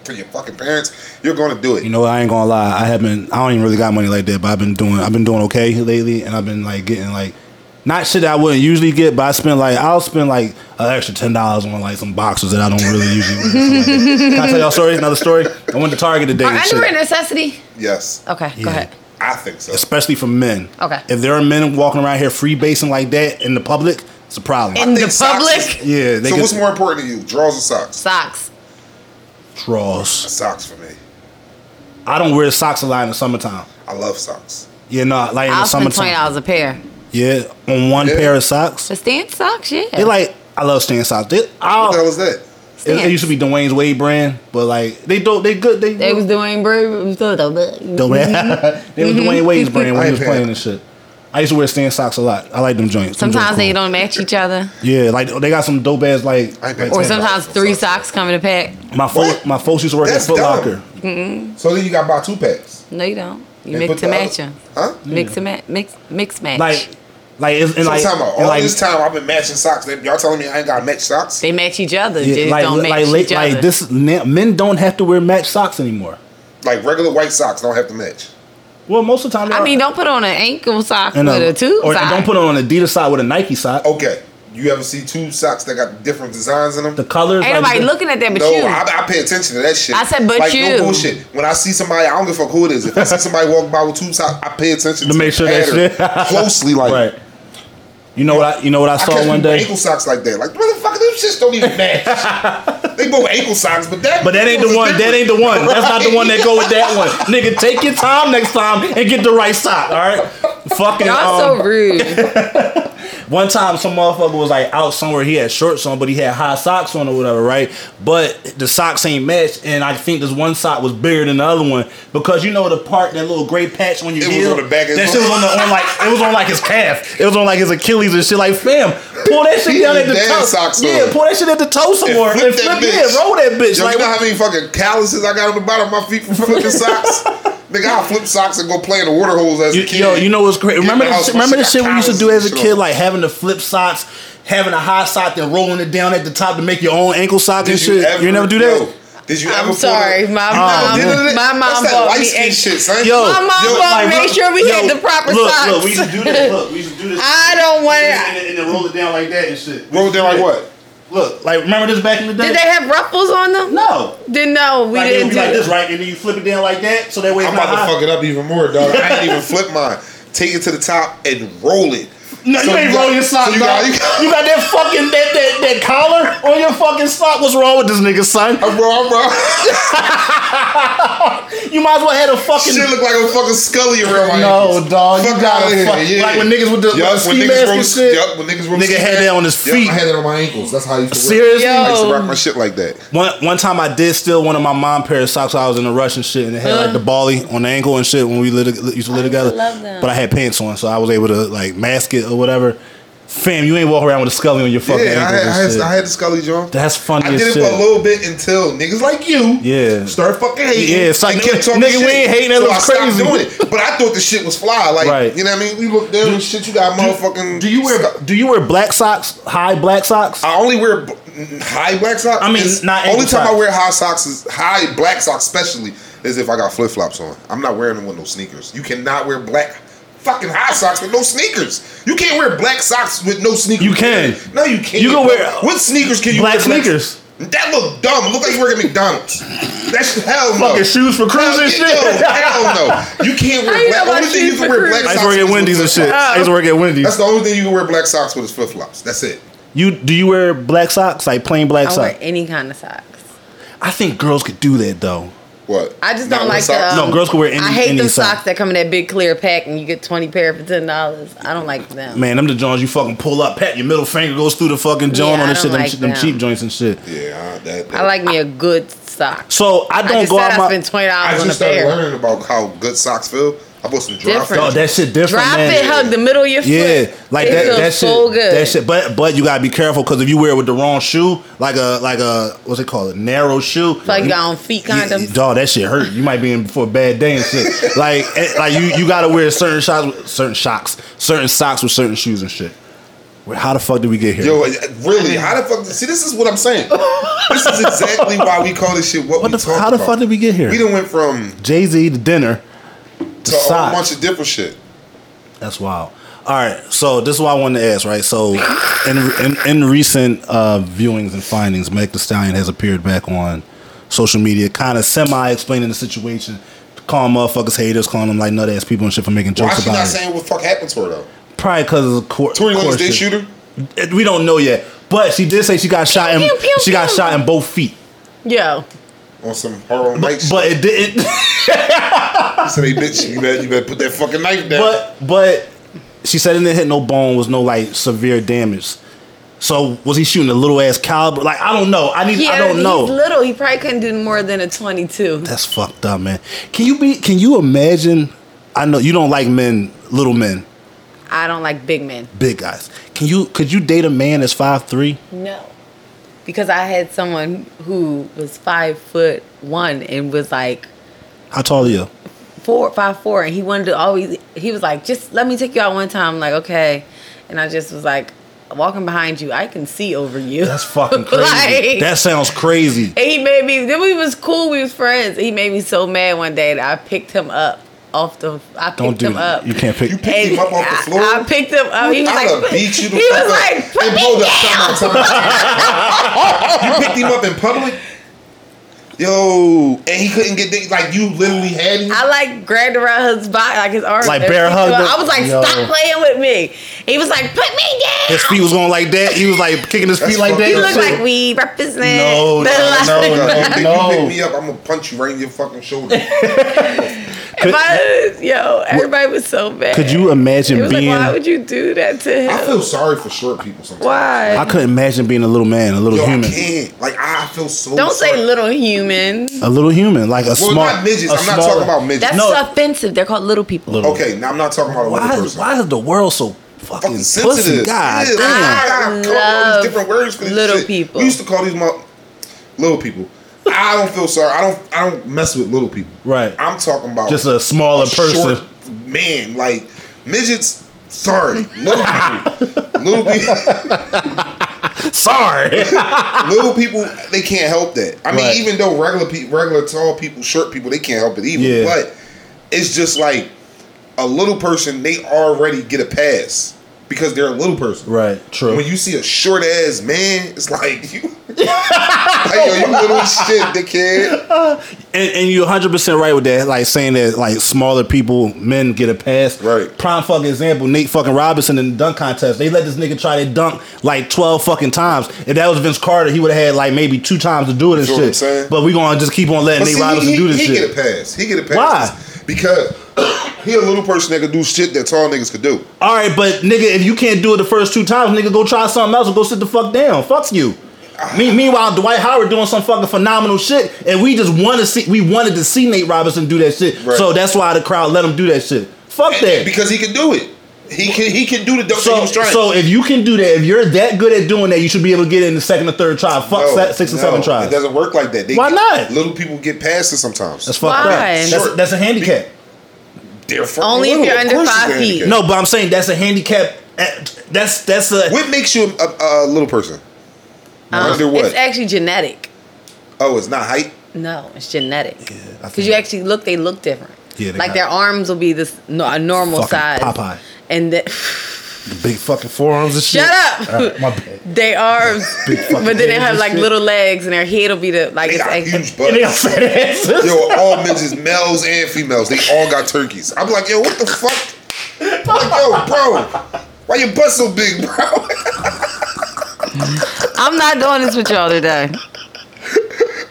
C: for your fucking parents, you're going to do it.
A: You know, I ain't gonna lie. I have been. I don't even really got money like that, but I've been doing. I've been doing okay lately, and I've been like getting like, not shit that I wouldn't usually get, but I spend like I'll spend like an extra ten dollars on like some boxes that I don't really usually. Wear. Can I tell y'all a story? Another story. I went to Target today.
D: Are
A: and
D: underwear a
A: shit.
D: necessity?
C: yes,
D: Okay,
A: Yeah.
D: go ahead.
C: I think so.
A: Especially for men.
D: Okay.
A: If there are men walking around here free basing like that in the public, it's a problem.
D: In
C: think
D: the
C: socks
D: public,
C: is-
A: yeah, they
C: so
A: get
C: what's more important to you, drawers or socks?
D: socks.
A: draws.
C: Socks for me.
A: I don't wear socks a lot in the summertime.
C: I love socks.
A: Yeah, no, like in the
D: I'll spend twenty
A: summertime.
D: dollars a pair.
A: Yeah, on one
C: Yeah.
A: pair of socks.
D: The stand socks, yeah.
A: They like I love stand socks. They, I'll,
D: Oh.
C: What the hell is that?
A: It, it
B: Stamps.
A: used to be Dwayne's Wade brand, but like they don't they good they
D: They was doing brave.
A: Dope. *laughs* they was Dwayne Wade's brand when
C: I
A: he was
C: had-
A: playing and shit. I used to wear stand socks a lot. I like them joints. Them
B: Sometimes they
A: joints
B: don't match each other,
A: cool. Yeah, like they got some dope ass like.
C: I ain't
A: like
C: paying
B: or
C: Yeah.
B: sometimes three socks come in a pack.
A: my fo-
C: What?
A: my folks used to work
C: That's
A: at Foot
C: dumb.
A: Locker.
C: So then you got to buy two packs.
B: No, you don't. You
C: They put
B: mix
C: the
B: and match
C: other-
B: them.
C: Huh?
B: Mix and match. Mix mix match.
A: Like, like it's and
C: So
A: like,
C: time out.
A: and,
C: all
A: like,
C: this time I've been matching socks. Y'all telling me I ain't got to match socks?
D: They match each other.
A: yeah,
D: just
A: like
D: don't
A: like,
D: match each
A: like,
D: other.
A: like this na- men don't have to wear match socks anymore.
C: Like regular white socks don't have to match.
A: Well, most of the time. they
B: I
A: are.
B: mean, don't put on an ankle sock
A: And, uh,
B: with a tube
A: or
B: sock.
A: don't put on an Adidas sock with a Nike sock.
C: Okay. You ever see two socks that got different designs in them?
A: The colors.
D: Ain't
A: like,
D: nobody
A: the-
D: looking at that but
C: no,
D: you.
C: I, I pay attention to that shit.
D: I said, but
C: like,
D: you.
C: No bullshit. When I see somebody, I don't give a fuck who it is. If I see somebody walk by with two socks, I pay attention to,
A: to make
C: the
A: sure that
C: pattern
A: shit *laughs*
C: *laughs* closely. Like
A: right. You know what I? You know what I
C: I
A: saw
C: catch
A: one
C: people
A: day.
C: with ankle socks like that. Like motherfucker, them shits don't
A: *laughs*
C: even match. they both ankle socks, but that.
A: But that ain't the one. That ain't the one. That's not the one that go with that one. Nigga, take your time next time and get the right sock. All right. Fucking.
B: Y'all
A: um,
B: so
C: *laughs*
B: rude.
A: One time, some motherfucker was like out somewhere. He had shorts on, but he had high socks on or whatever, right? But the socks ain't matched, and I think this one sock was bigger than the other one because you know the part that little gray patch on your
C: It was
A: heel.
C: on the back of his
A: that shit was on the on like it was on like his calf. It was on like his Achilles and shit. Like fam, pull that
C: *laughs* He
A: shit down
C: had
A: at the
C: his damn
A: toe.
C: socks
A: yeah,
C: on.
A: pull that shit at the toe some more and flip,
C: that
A: it,
C: bitch.
A: roll that bitch.
C: Yo,
A: like
C: you know how many fucking calluses I got on the bottom of my feet from
A: *laughs*
C: flipping socks? Nigga, I'll flip socks and go play in the water holes as
A: You,
C: a kid.
A: yo, you know what's crazy?
C: Get in
A: Remember
C: the
A: the,
C: house,
A: shit,
C: my
A: remember the
C: got
A: shit we used to
C: calluses
A: do
C: and
A: as a
C: shit
A: kid,
C: on.
A: like having the flip socks, having a high sock, then rolling it down at the top to make your own ankle sock and
C: Did
A: shit. You, never do that?
C: yo, did you ever?
D: I'm
C: pull
D: sorry,
C: the-
D: my
C: You
D: mom-
C: never did it?
D: my mom
C: That's that
D: bought
C: light
D: me
C: skin
D: a-
C: shit, son.
A: Yo,
D: My mom
C: yo,
D: bought
A: like,
D: make
A: look-
D: sure we had
A: yo,
D: the proper
A: look,
D: socks.
A: Look, we used to do this. Look, we used to do this.
D: *laughs* I don't want
A: And,
D: it.
A: and, then roll it down like that and shit.
C: Roll down like what?
A: Look, like remember this back in the day?
D: Did they have ruffles on them?
A: no.
D: Then no, we
A: like, it
D: didn't
A: would
D: do
A: be like
D: that.
A: this, right? And then you flip it down like that, so that way it's
C: I'm
A: not
C: about
A: high.
C: to fuck it up even more, dog. I ain't even flip mine. Take it to the top and roll it.
A: No,
C: So
A: you ain't
C: got-
A: rolling your sock,
C: so you
A: dog.
C: got- you got-
A: you got that fucking that, that that collar on your fucking sock. What's wrong with this nigga, son?
C: I'm wrong, bro.
A: You might as well have a fucking
C: Shit look like a fucking scully around my
A: No,
C: ankles.
A: dog.
C: Fuck
A: You gotta
C: outta here,
A: fuck.
C: yeah.
A: Like when niggas with the
C: Yup,
A: like,
C: when
A: ski
C: niggas
A: mask
C: roll-
A: and shit.
C: yup, when niggas roll
A: Nigga
C: ski
A: had
C: mask.
A: that on his
C: Yup,
A: feet.
C: I had that on my ankles. That's how I used to wear it.
A: Seriously?
C: I used to
D: Yo.
C: rock my shit like that.
A: One one time I did steal one of my mom pair of socks. while I was in a rush and shit, and it had like the bally on the ankle and shit when we lit, used to live together.
B: love them.
A: But I had pants on, so I was able to like mask it or whatever. Fam, you ain't walk around with a scully on your fucking
C: Yeah, I
A: ankle.
C: had, I,
A: and
C: had,
A: shit.
C: I had the scully, John.
A: That's funny
C: I
A: as
C: did it
A: shit.
C: for a little bit until niggas like you,
A: Yeah.
C: start fucking hating.
A: Yeah, it's like,
C: and kept
A: nigga,
C: talking
A: nigga, we ain't hating, that
C: So
A: looks
C: I stopped
A: crazy.
C: Doing it. But I thought the shit was fly. Like,
A: Right.
C: you know what I mean? We looked down and shit. You got motherfucking.
A: do you wear do you wear black socks? High black socks?
C: I only wear b- high black socks.
A: I mean,
C: It's-
A: not
C: only
A: ankle
C: time I
A: socks.
C: wear high socks is high black socks, especially is if I got flip flops on. I'm not wearing them with no sneakers. You cannot wear black fucking high socks with no sneakers. You can't wear black socks with no sneakers.
A: You can.
C: No, you can't.
A: You can wear-
C: what sneakers can you
A: black
C: wear?
A: sneakers.
C: That look dumb. Look like you work at McDonald's. That's hell no.
A: Fucking shoes for cruising and
C: Yo,
A: shit. *laughs*
C: hell no. You can't wear
D: How you know
C: black.
D: about
C: Only thing you
D: shoes
C: can
D: for
C: wear
D: cruising?
C: black
A: I used
C: socks.
A: to work at
C: is with
A: Wendy's and
C: flip
A: shit.
C: flops.
A: I used to work at Wendy's.
C: That's the only thing you can wear black socks with is flip flops. That's it.
A: You do you wear black socks like plain black
D: I
A: socks?
D: wear any kind of socks.
A: I think girls could do that though.
C: What?
D: I just
C: Not
D: don't
C: wear
D: like uh,
C: socks?
D: the. um,
A: No, girls can wear any-
D: I hate
A: any
D: them
A: sock.
D: socks that come in that big clear pack and you get twenty pair for ten dollars. I don't like them.
A: Man, them the joints you fucking pull up, pat your middle finger goes through the fucking joint
D: Yeah,
A: on
D: I
A: this shit,
D: don't
A: them,
D: like
A: ch- them
D: them.
A: cheap joints and shit.
C: Yeah, I- that, that.
D: I like me a good sock.
A: So I don't
D: I just
A: go
D: said
A: out
D: I
A: my.
D: spent twenty
C: I
D: dollars on a
C: just started
D: pair.
C: learning about how good socks feel. I bought some dry
D: Different.
A: Dog,
C: fit.
A: Oh, that shit different,
D: Drop
A: man.
D: it, hug the middle of your
A: Yeah,
D: foot.
A: like
D: It
A: that.
D: feels
A: That shit.
D: so good.
A: That shit. But but you gotta be careful because if you wear it with the wrong shoe, like a like a what's it called, a narrow shoe,
D: It's like on feet
A: yeah,
D: condoms.
A: dog, that shit hurt. You might be in for a bad day and shit. like eh, like you you gotta wear certain shots, with, certain socks, certain socks with certain shoes and shit. Where how the fuck did we get here?
C: Yo, uh, really? How the fuck? See, this is what I'm saying. this is exactly why we call this shit what,
A: what
C: we
A: the,
C: talk
A: f- how the
C: about.
A: fuck did we get here?
C: We done went from
A: Jay Z to dinner.
C: to a whole
A: Socks.
C: bunch of different shit.
A: That's wild. All right, so this is what I wanted to ask, right? So, in in, in recent uh, viewings and findings, Meg The Stallion has appeared back on social media, kind of semi explaining the situation, calling motherfuckers haters, calling them like nut ass people and shit for making
C: Why
A: jokes
C: she
A: about
C: not
A: it.
C: saying what the fuck happened to her though?
A: Probably because of court.
C: Tory Lanez
A: court
C: did
A: shit.
C: shoot her.
A: Eh, We don't know yet, but she did say she got shot in.
D: pew, pew,
A: she got
D: pew.
A: shot in both feet,
D: Yo,
C: On some horror night shit.
A: but it didn't. *laughs*
C: I said, hey, bitch, you better, you better put that fucking knife down.
A: But but she said it didn't hit no bone, was no like severe damage. So was he shooting a little ass caliber? Like I don't know. I need.
D: Yeah,
A: I don't know.
D: He's little. He probably couldn't do more than a 22.
A: That's fucked up, man. Can you be? Can you imagine? I know you don't like men, little men,
D: I don't like big men.
A: big guys. Can you? Could you date a man that's five three?
D: No. Because I had someone who was five foot one and was like
A: How tall are you?
D: four, five four, and he wanted to always. He was like, "Just let me take you out one time." I'm like, okay, and I just was like, walking behind you, I can see over you.
A: That's
D: *laughs*
A: fucking crazy.
D: Like-
A: that sounds crazy.
D: *laughs* And he made me. Then we was cool. We was friends. He made me so mad one day that I picked him up off the. I picked
A: Don't do
D: him
A: that.
D: up.
A: You can't pick.
C: You picked him up off the
D: I-
C: floor?
D: I, picked him up. He was
C: I'd have
D: like,
C: beat you the
D: he was
C: fuck up.
D: like, put
C: Hey,
D: me
C: hold up,
D: down.
C: time out, time out. you picked him up in public? Yo, and he couldn't get the, like you literally had him.
D: I like grabbed around his body, like his arms.
A: Like
D: and
A: bear
D: picked him
A: hugged
D: up.
A: him?
D: I was like,
A: Yo.
D: stop playing with me. He was like, put me down.
A: His feet was going like that. He was like kicking his
C: That's
A: feet like
C: fucked
A: that.
D: You
C: up.
D: look
C: Shit.
D: like we represent.
A: No, no,
D: the last-
A: no,
C: Yo,
A: no.
C: you, pick,
A: No.
C: you pick me up, I'm gonna punch you right in your fucking shoulder.
D: If I- yo, everybody was so bad.
A: Could you
D: It
A: imagine
D: was
A: being?
D: like, why would you do that to him?
C: I feel sorry for short people sometimes.
D: why?
A: I couldn't imagine being a little man, a little
C: Yo,
A: human,
C: I can't. Like I feel so.
D: Don't
C: sorry.
D: say little human.
A: a little human, like a
C: Well,
A: small.
C: not midgets.
A: a
C: I'm not
A: smaller-
C: talking about midgets.
D: That's
A: No.
D: offensive. They're called little people.
A: Little.
C: Okay, now I'm not talking about a little
A: Why is,
C: person.
A: why is the world so fucking
C: Fucking
A: pussy?
C: sensitive.
A: God
C: Yeah, ah.
A: damn.
C: I
D: I
C: come up with all
D: love
C: these different words for this
D: little
C: shit.
D: people.
C: We used to call these mo- little people. I don't feel sorry. I don't. I don't mess with little people.
A: Right.
C: I'm talking about
A: Just a smaller person.
C: short man, like midgets. Sorry, little
A: *laughs*
C: people. little people.
A: Sorry.
C: *laughs* little people they can't help that. I mean,
A: Right.
C: even though regular people, regular tall people, short people, they can't help it either.
A: Yeah.
C: But it's just like a little person, they already get a pass because they're a little person.
A: right. True.
C: When you see a short ass man, it's like *laughs* you, like, yo, you
A: *laughs*
C: little shit, dickhead.
A: and, and you're 100 percent right with that. Like saying that like smaller people, men get a pass.
C: Right.
A: Prime fucking example: Nate fucking Robinson in the dunk contest. They let this nigga try to dunk like 12 fucking times. If that was Vince Carter, he would have had like maybe two times to do it and
C: You know what I'm
A: shit.
C: saying?
A: but we gonna just keep on letting
C: But
A: Nate
C: see,
A: Robinson
C: he,
A: do this
C: he
A: shit.
C: get a pass. He get a pass.
A: Why?
C: Because *coughs* he a little person that could do shit that tall niggas could do.
A: All right, but nigga, if you can't do it the first two times, nigga, go try something else or go sit the fuck down. Fuck you. Me, meanwhile, Dwight Howard doing some fucking phenomenal shit, and we just want to see. We wanted to see Nate Robinson do that shit,
C: Right.
A: so that's why the crowd let him do that shit. Fuck that.
C: Because he could do it. He can. He can do the dunk that he
A: So,
C: was trying.
A: so if you can do that, if you're that good at doing that, you should be able to get it in the second or third try. Fuck
C: No,
A: se- six or
C: Oh, no,
A: seven
C: It
A: tries.
C: doesn't work like that. They
A: Why
C: get-
A: not?
C: Little people get past it sometimes.
A: That's fucked up.
D: Why?
A: That's, that's a handicap.
C: They're fucking
D: Only if
C: little.
D: you're
C: Of
D: under
C: course
D: five
C: it's a
D: feet.
C: handicap.
A: No, but I'm saying that's a handicap. at- That's that's a
C: What makes you a, a little person?
D: Um,
C: under what?
D: It's actually genetic.
C: oh, it's not height.
D: No, it's genetic. Because
A: I
D: you
A: think-
D: actually look, they look different.
A: Yeah, they
D: like
A: got-
D: their arms will be this no, a normal
A: Fucking
D: size.
A: Popeye.
D: And the, *laughs*
A: big fucking forearms and shit.
D: shut up.
A: All right, my bad. *laughs*
D: They arms,
A: fucking
D: *laughs* but then they
A: hands
D: have
A: and
D: like
A: shit.
D: little legs, and their head will be the like.
C: They
D: It's
C: got
D: actually,
C: huge
A: And they
C: butts.
A: got fat asses.
C: Yo, all midgets, males and females, they all got turkeys. I'm like, yo, what the fuck? I'm like, yo, bro, why your butt so big, bro? *laughs*
B: I'm not doing this with y'all today.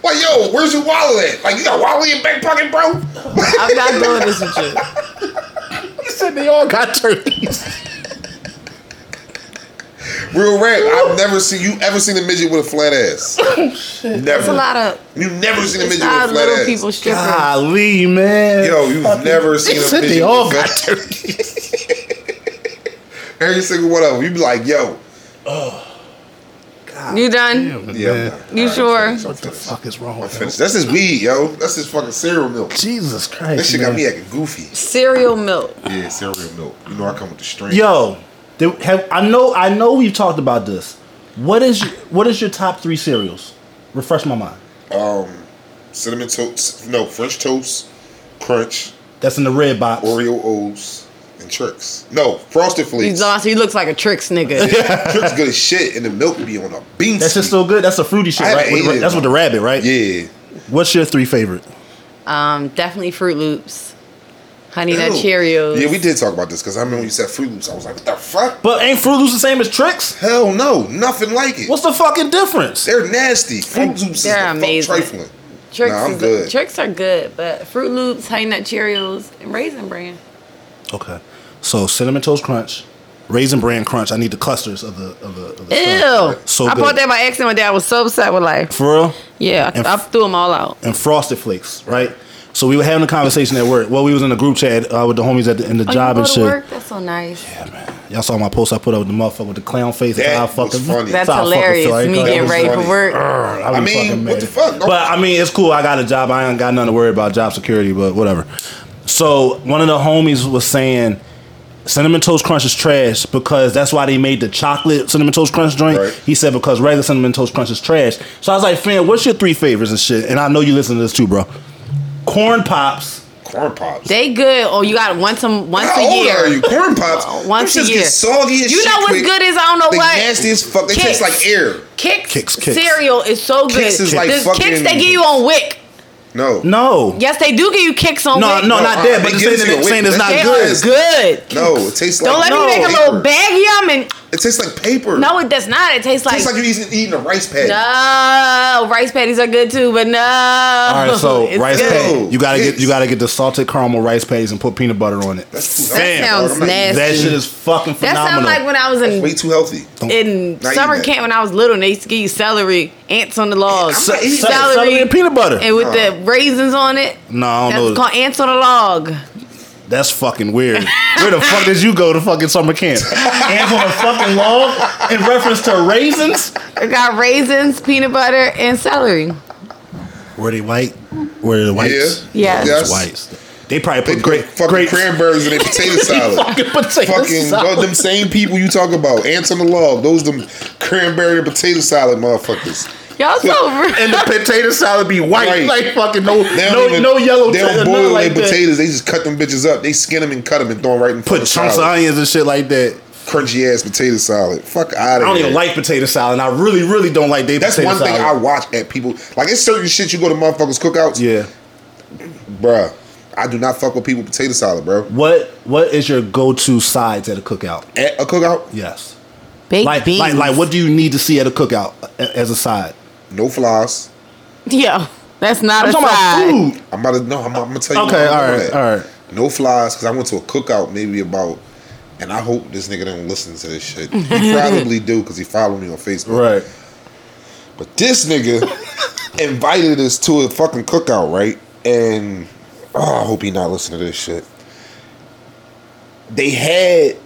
C: like, yo, where's your wallet at? Like, you got a wallet in your back pocket, bro?
D: I'm
C: *laughs*
D: not doing this with you.
A: You said *laughs* they all got turkeys.
C: Real rap. I've never seen you ever seen a midget with a flat
D: *laughs*
C: ass.
D: It's
C: Never.
D: Oh, a lot of
C: you never seen a midget with a
D: it's
C: flat
D: our little
C: ass.
D: people strippers.
A: Golly, man.
C: Yo, you've never seen
A: They
C: a
A: said
C: midget
A: they all
C: with a
A: got
C: fat-
A: turkeys.
C: *laughs* Every single one of them. You'd be like, yo,
B: You done?
C: yeah.
A: man.
B: You sure?
C: What the
A: What the fuck is wrong with him?
C: That's his weed, yo. That's his fucking cereal milk.
A: Jesus Christ.
C: That shit
A: man.
C: got me acting goofy.
D: Cereal milk.
C: Yeah, cereal milk. You know I come with the string.
A: Yo, they have, I know I know we've talked about this. What is your, what is your top three cereals? Refresh my mind.
C: Um, cinnamon toast. No, French toast, crunch,
A: That's in the red box.
C: Oreo O's, and tricks. No, frosted
D: He's
C: flakes.
D: lost. He looks like a
C: *laughs*
D: tricks nigga.
C: tricks good as shit, and the milk be on a bean.
A: That's just
C: stick.
A: so good. That's a fruity shit,
C: I haven't
A: right? With-
C: ate it,
A: that's with the
C: though.
A: rabbit, right?
C: yeah.
A: What's your three favorite?
D: um, definitely Fruit Loops, Honey Nut
C: Ew.
D: Cheerios.
C: Yeah, we did talk about this because I remember when you said Fruit Loops. I was like, what the fuck?
A: But ain't Fruit Loops the same as Tricks?
C: Hell no, nothing like it.
A: What's the fucking difference?
C: They're nasty. Fruit Loops
D: They're
C: is the fuck
D: amazing.
C: trifling.
D: Tricks,
C: Nah, I'm
D: is
C: good.
D: tricks are good, but Fruit Loops, Honey Nut Cheerios, and Raisin Bran.
A: Okay, so cinnamon toast crunch, raisin bran crunch. I need the clusters of the of the. Of the
B: Ew.
A: stuff. So
B: I
A: good.
B: bought that by accident one day. I was so upset with life.
A: for real.
B: Yeah, I,
A: And
B: I
A: f-
B: threw them all out.
A: and Frosted Flakes, right? So we were having a conversation at work. Well, we was in a group chat uh, with the homies at the,
D: Oh,
A: in the job and shit.
D: That's so nice.
A: Yeah, man. Y'all saw my post I put up with the motherfucker with the clown face. That's
C: That
A: how I
C: was
A: fucking
C: funny.
D: That's
A: how *laughs* I fucking feel.
D: hilarious.
A: I ain't
D: Me
A: gonna-
D: getting
A: that was
D: ready
A: funny.
D: for work.
A: I,
C: I
A: be
C: mean,
A: fucking
C: what the
A: mad.
C: fuck? No-
A: But I mean, it's cool. I got a job. I ain't got nothing to worry about job security, but whatever. So one of the homies was saying cinnamon toast crunch is trash because that's why they made the chocolate cinnamon toast crunch drink.
C: Right.
A: He said because regular cinnamon toast crunch is trash. So I was like, fam, what's your three favorites and shit? And I know you listen to this too, bro. Corn pops.
C: Corn pops.
D: They good. Oh, you got it once a once
C: How
D: a
C: old
D: year. Oh,
C: are you? Corn pops.
D: Once
C: them
D: a
C: shits
D: year.
C: Get soggy as
D: You
C: shit
D: know what's
C: quick.
D: good is I don't know
C: They
D: what.
C: nasty as fuck. They
D: Kicks.
C: taste like air.
D: Kicks,
A: Kicks, Kicks.
D: cereal is so good.
C: Kicks is like
D: the kicks
C: fucking-
D: they give you on Wick.
C: No.
A: No.
D: Yes, they do give you kicks on
A: No,
D: Wick.
A: no, not that,
C: uh,
A: but the
C: they give
A: saying,
C: it to
A: that-
C: you
A: saying
C: with-
A: it's not
D: They
C: that's
A: good.
D: are good.
C: No, it tastes like
D: Don't let
A: No.
D: me make a
C: paper.
D: little bag yum and
C: It tastes like paper.
D: no, it does not. It
C: it
D: tastes like,
C: tastes like you're eating, eating a rice patty.
D: no. Rice patties are good too, but no.
A: All right, so
D: It's
A: rice
D: good.
A: patty. You gotta get
C: Kicks.
A: you gotta get the salted caramel rice patties and put peanut butter on it.
C: That's too
A: Damn.
C: healthy,
A: That
C: dog.
D: sounds
C: I'm not eating
D: nasty.
A: That shit is fucking
D: That
A: phenomenal.
D: sounds like when I was
C: that.
D: in
C: Way too healthy.
D: in
C: Not
D: summer
C: eating that.
D: camp when I was little, and they used to give you celery, ants on the log,
C: I'm not
A: Celery
C: eating that.
A: celery and peanut butter.
D: and with the raisins on it.
A: no, I
D: That's
A: don't know.
D: called ants on the log.
A: That's fucking
C: *laughs*
A: weird. Where the fuck did you go to fucking summer camp? Hands on a fucking log in reference to raisins?
D: It got raisins, peanut butter, and celery.
A: Were they white? Were they whites?
C: Yeah.
D: Yes.
A: It's
C: Yes.
A: whites. They probably
C: They
A: put
C: put
A: great
C: fucking
A: grapes. *laughs*
C: cranberries in their potato salad.
A: fucking potato
C: fucking
A: salad.
C: oh, them same people you talk about, ants on the log. Those them cranberry and potato salad motherfuckers.
D: Y'all so rude.
A: and the potato salad be white,
C: Right.
A: like fucking no,
C: They don't
A: no,
C: even-
A: no yellow.
C: They
A: tail,
C: don't
A: nothing
C: boil
A: like
C: their
A: that.
C: potatoes. They just cut them bitches up. They skin them and cut them and throw them right in
A: Put
C: fucking
A: chunks of
C: salad.
A: onions and shit like that.
C: Crunchy ass potato salad. Fuck out
A: I
C: of
A: don't
C: here.
A: even like potato salad. And I really, really don't like they
C: That's
A: potato
C: one thing I
A: salad.
C: watch at people. Like it's certain shit you go to motherfuckers cookouts.
A: yeah.
C: bruh. I do not fuck with people potato salad, bro.
A: What What is your go to sides at a cookout?
C: At a cookout,
A: Yes.
D: Baked
A: Like,
D: beans.
A: like, like, what do you need to see at a cookout a- as a side?
C: no flies.
D: Yo, that's not
A: I'm
D: a
A: talking
D: side.
A: about food.
C: I'm about to no. I'm, I'm gonna tell you.
A: Okay,
C: I'm
A: all
C: doing
A: right,
C: that.
A: all right.
C: No flies because I went to a cookout maybe about, and I hope this nigga don't listen to this shit.
A: *laughs*
C: He probably do because he followed me on Facebook.
A: Right.
C: But this nigga
A: *laughs*
C: invited us to a fucking cookout, right? And oh, I hope he not listening to this shit. They had.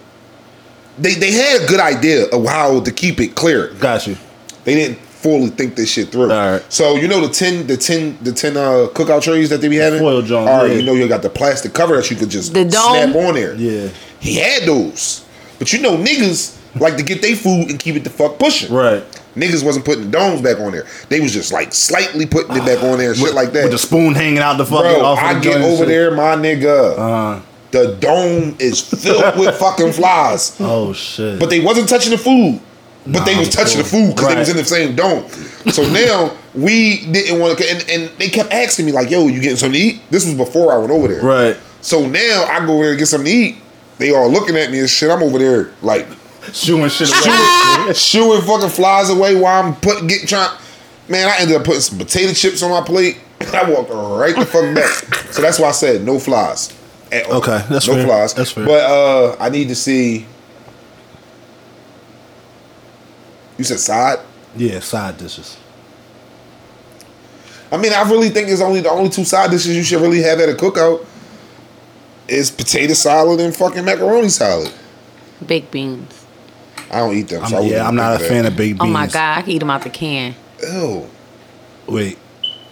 C: They, they had a good idea of how to keep it clear.
A: Got you.
C: They didn't fully think this shit through.
A: All right.
C: So you know the ten, the ten, the ten uh, cookout trays that they be having.
A: foil joint,
C: All right,
A: yeah.
C: you know you got the plastic cover that you could just
D: The dome?
C: snap on there.
A: Yeah.
C: He had those, but you know niggas like to get their food and keep it the fuck pushing.
A: Right.
C: Niggas wasn't putting the domes back on there. They was just like slightly putting it back on there, and shit like that.
A: With the spoon hanging out the fucking
C: Bro,
A: off of
C: I
A: the
C: get
A: joint and
C: over
A: shit. Uh-huh.
C: there, my nigga. The dome is
A: *laughs*
C: filled with fucking flies.
A: Oh, shit.
C: But they wasn't touching the food. But they was touching the food because
A: Right.
C: they was in the same dome.
A: *laughs*
C: So now we didn't want to, and, and they kept asking me like, "Yo, you getting something to eat?" This was before I went over there.
A: Right.
C: So now I go over there and get something to eat. They all looking at me and shit. I'm over there like
A: Chewing shit
D: Ah!
A: away.
C: shooing fucking flies away while I'm putting get trying. Man, I ended up putting some potato chips on my plate. *laughs* I walked right the fuck back. So that's why I said no flies. At all.
A: Okay, that's
C: no
A: fair.
C: flies.
A: That's fair.
C: But uh, I need to see. You said side.
A: yeah, side dishes.
C: I mean, I really think it's only the only two side dishes you should really have at a cookout is potato salad and fucking macaroni salad.
D: Baked beans.
C: I don't eat them.
A: I'm,
C: so I wouldn't
A: yeah, I'm not a
C: think
A: fan of baked
D: Oh
A: beans.
D: my god, I can eat them out the can.
C: that. Ew,
A: Wait,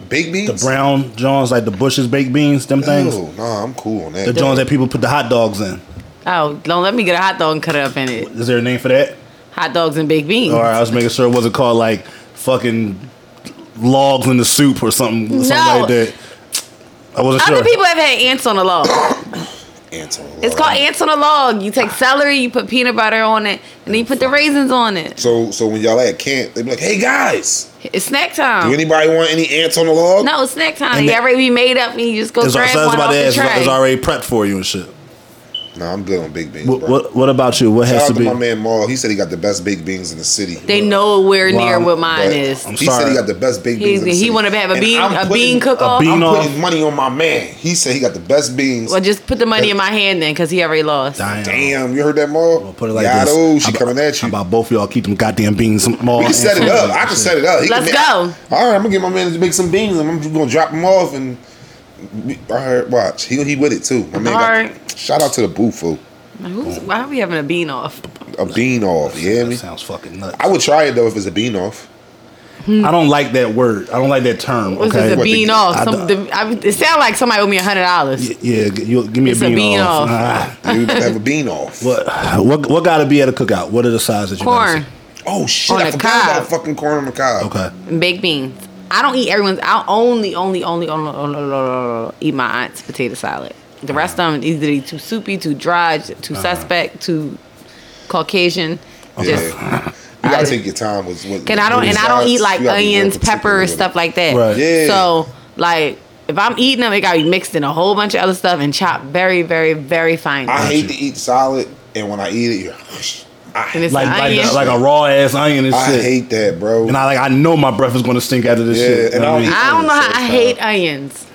C: baked beans.
A: the brown Johns, like the Bush's baked beans, them things?
C: Ew, nah, I'm cool on that.
A: The Johns that people put the hot dogs in.
D: Oh, don't let me get a hot dog and cut it up in it.
A: Is there a name for that?
D: Hot dogs and baked beans.
A: All right, I was making sure it wasn't called like fucking logs in the soup or something, something
D: No.
A: like that. I wasn't
D: Other
A: sure.
D: people have had ants on the log.
C: Ants on the
D: It's
C: log.
D: called ants on the log. You take celery, you put peanut butter on it, and then you put the raisins on it.
C: So so when y'all at camp, they be like, "Hey guys,
D: It's snack
C: do
D: time.
C: anybody want any ants on the log?"
D: Oh. No, it's snack time.
A: And
D: It
A: they-
D: already be made up, and you just go
A: it's,
D: grab
A: so that's
D: one
A: about
D: off
A: to
D: the
A: ask. It's,
D: tray.
A: it's already prepped for you and shit.
C: No, I'm good on baked beans.
A: What,
C: bro.
A: what What about you? What
C: Shout
A: has
C: out
A: to
C: to
A: be?
C: my man Maul. He said he got the best baked beans in the city.
D: They know where
A: Well,
D: near
A: I'm-
D: what mine
C: But
D: is.
A: I'm
C: he said
A: sorry.
C: he got the best baked
D: He,
C: beans. in the
D: he
C: city.
D: want to have a
C: And
D: bean
C: I'm
D: a
C: putting-
D: bean cook off.
A: bean-
C: I'm
A: off.
C: putting money on my man. He said he got the best beans.
D: Well, just put the money in my hand then, because he already lost.
A: Damn.
C: Damn, you heard that, Maul?
A: I'll Put it like
C: Yado,
A: this.
C: she
A: How
C: coming
A: about-
C: at
A: How
C: you.
A: about both of y'all keep them goddamn beans some more?
C: We can set it up. I can set it up. He can make-
D: Let's go.
C: All right, I'm gonna get my man to make some beans, and I'm just gonna drop them off. And all right, watch. He he with it too. My man. got-
D: All right.
C: Shout out to the booth for
D: Who's, why are we having a bean off?
C: a bean off. You hear
A: That
C: me?
A: sounds fucking nuts.
C: I would try it though if it's a bean off.
A: I don't like that word. I don't like that term.
D: What's
A: okay.
D: this, a
C: What
D: bean
C: the-
A: I
D: off? Some,
A: don't-
D: the, I, it sounds like somebody owe me a hundred dollars.
A: Yeah, g- you, give me
D: It's
A: a bean, off.
D: off.
A: Ah.
C: You would have a bean off.
A: what what what got to be at a cookout? What are the sides that you gotta
D: Corn,
C: Oh shit!
D: On
C: I
D: the
C: forgot
D: cob.
C: about fucking corn on the cob.
A: see? Okay.
D: and baked beans. I don't eat everyone's. I only, only, only, only, only, only, only eat my aunt's potato salad. The rest of them either too soupy, too dry, too suspect, too Caucasian. Just
C: Yeah. You gotta take your time with. with
D: Can I don't
C: with
D: and
C: the
D: I don't
C: sides.
D: eat like
C: You gotta be real
D: onions,
C: particular
D: pepper,
C: with it.
D: stuff like that.
A: Right.
C: Yeah.
D: So like if I'm eating them, it gotta be mixed in a whole bunch of other stuff and chopped very, very, very fine.
C: I
A: Got
C: hate
A: you.
C: to eat salad, and when I eat it, you're. *sighs* I,
D: and it's
A: Like
D: the
A: like,
D: onion.
A: a, like a raw ass onion and
C: I
A: shit.
C: hate that, bro.
A: and I like I know my breath is gonna stink after this
C: Yeah,
A: shit.
C: and
A: You know what
C: I'll
A: I mean?
C: eat-
D: I don't know how I
C: Onions,
D: hate onions.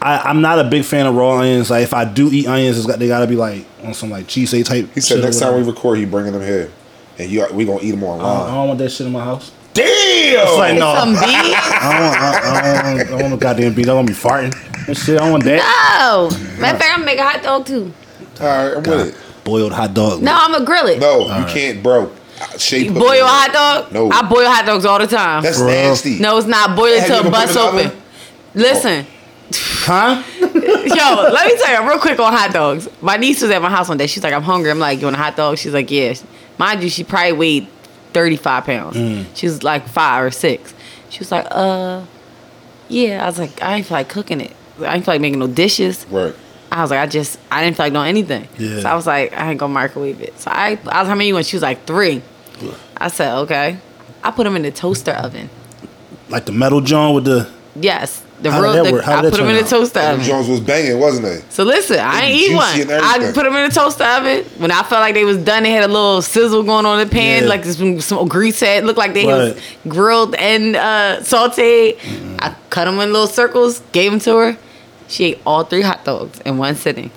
A: I, I'm not a big fan of raw onions. Like if I do eat onions, it's got they gotta be like on some like cheesesteak type.
C: He said
A: shit or
C: next time we
A: whatever. Uh,
C: record, he bringing them here, and you we gonna eat them online.
A: I don't, I don't want that shit in my house.
C: Damn!
A: Uh-huh. It's like no,
D: Some
A: I
D: beans?
C: *laughs*
A: don't want I, I don't, I don't want no *laughs* goddamn beans. I want me farting and shit. I don't want that.
D: No. Matter of fact, I'm gonna make a hot dog too.
C: All right, I'm with it.
A: Boiled hot dog.
D: No, I'm gonna grill it.
C: No, you can't, bro. Shape
D: You boil a hot dog?
C: No,
D: I boil hot dogs all the time.
C: That's
A: Bro.
C: nasty.
D: no, it's not. Boil it
C: Have you
D: till
C: ever
D: it
C: put
D: busts
C: it in the
D: open.
C: oven?
D: Listen.
A: huh?
D: *laughs* Yo, let me tell you real quick on hot dogs. My niece was at my house one day. She's like, I'm hungry. I'm like, you want a hot dog? She's like, yeah. Mind you, she probably weighed 35 pounds.
C: Mm.
D: She was like five or six. She was like, uh, yeah. I was like, I ain't feel like cooking it. I ain't feel like making no dishes.
C: Right.
D: I was like, I just, I didn't feel like doing anything.
A: Yeah.
D: So I was like, I ain't gonna microwave it. So I, I was like, how many you want? She was like, three. I said, okay. I put them in the toaster oven.
A: Like the metal John with the
D: Yes. The
A: How did
D: real,
A: that
D: the-
A: work? How
D: I
A: did that
D: put them in
A: turn
D: the
A: out?
D: toaster
C: Them
D: oven.
C: Jones was banging, wasn't
D: *laughs*
C: they?
D: So listen, I ain't eat
C: juicy
D: one.
C: and
D: I
C: everything.
D: put them in the toaster oven. When I felt like they was done, they had a little sizzle going on in the pan,
A: Yeah.
D: like some, some grease had. Looked like they
A: Right.
D: was grilled and uh, sauteed. I cut them in little circles, gave them to her. She ate all three hot dogs in one sitting.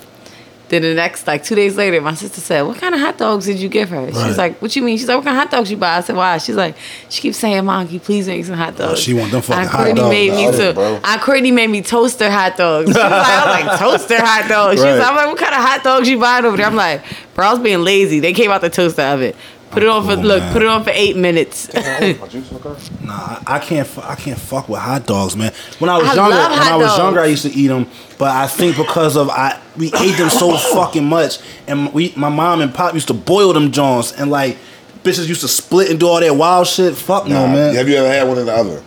D: Then the next, like two days later, my sister said, "What kind of hot dogs did you give her?" She
A: Right.
D: was like, "What you mean?" She's like, "What kind of hot dogs you buy?" I said, "Why?" She's like, "She keeps saying, Mom, can you please make some hot dogs?"
A: Oh, she want them fucking
D: And
A: hot
D: Courtney
A: dogs
D: Made
A: in
C: the
D: me
C: oven,
D: too.
C: bro.
D: I Courtney made me toaster hot dogs. She was like, I was like, toaster hot dogs. She was
A: Right.
D: like, I'm like, what kind of hot dogs you buying over there? I'm like, bro, I was being lazy. They came out the toaster oven. Put it on for
A: Oh,
D: look,
A: man.
D: put it on for eight minutes.
A: *laughs*
C: My juice, okay.
A: Nah, I, I can't. fu- I can't fuck with hot dogs, man. When I was
D: I
A: younger,
D: love
A: when
D: hot
A: I was
D: dogs.
A: younger, I used to eat them, but I think because of I we ate them so fucking much, and we my mom and pop used to boil them Johns, and like bitches used to split and do all that wild shit. Fuck no,
C: Nah,
A: man.
C: Have you ever had one or the other?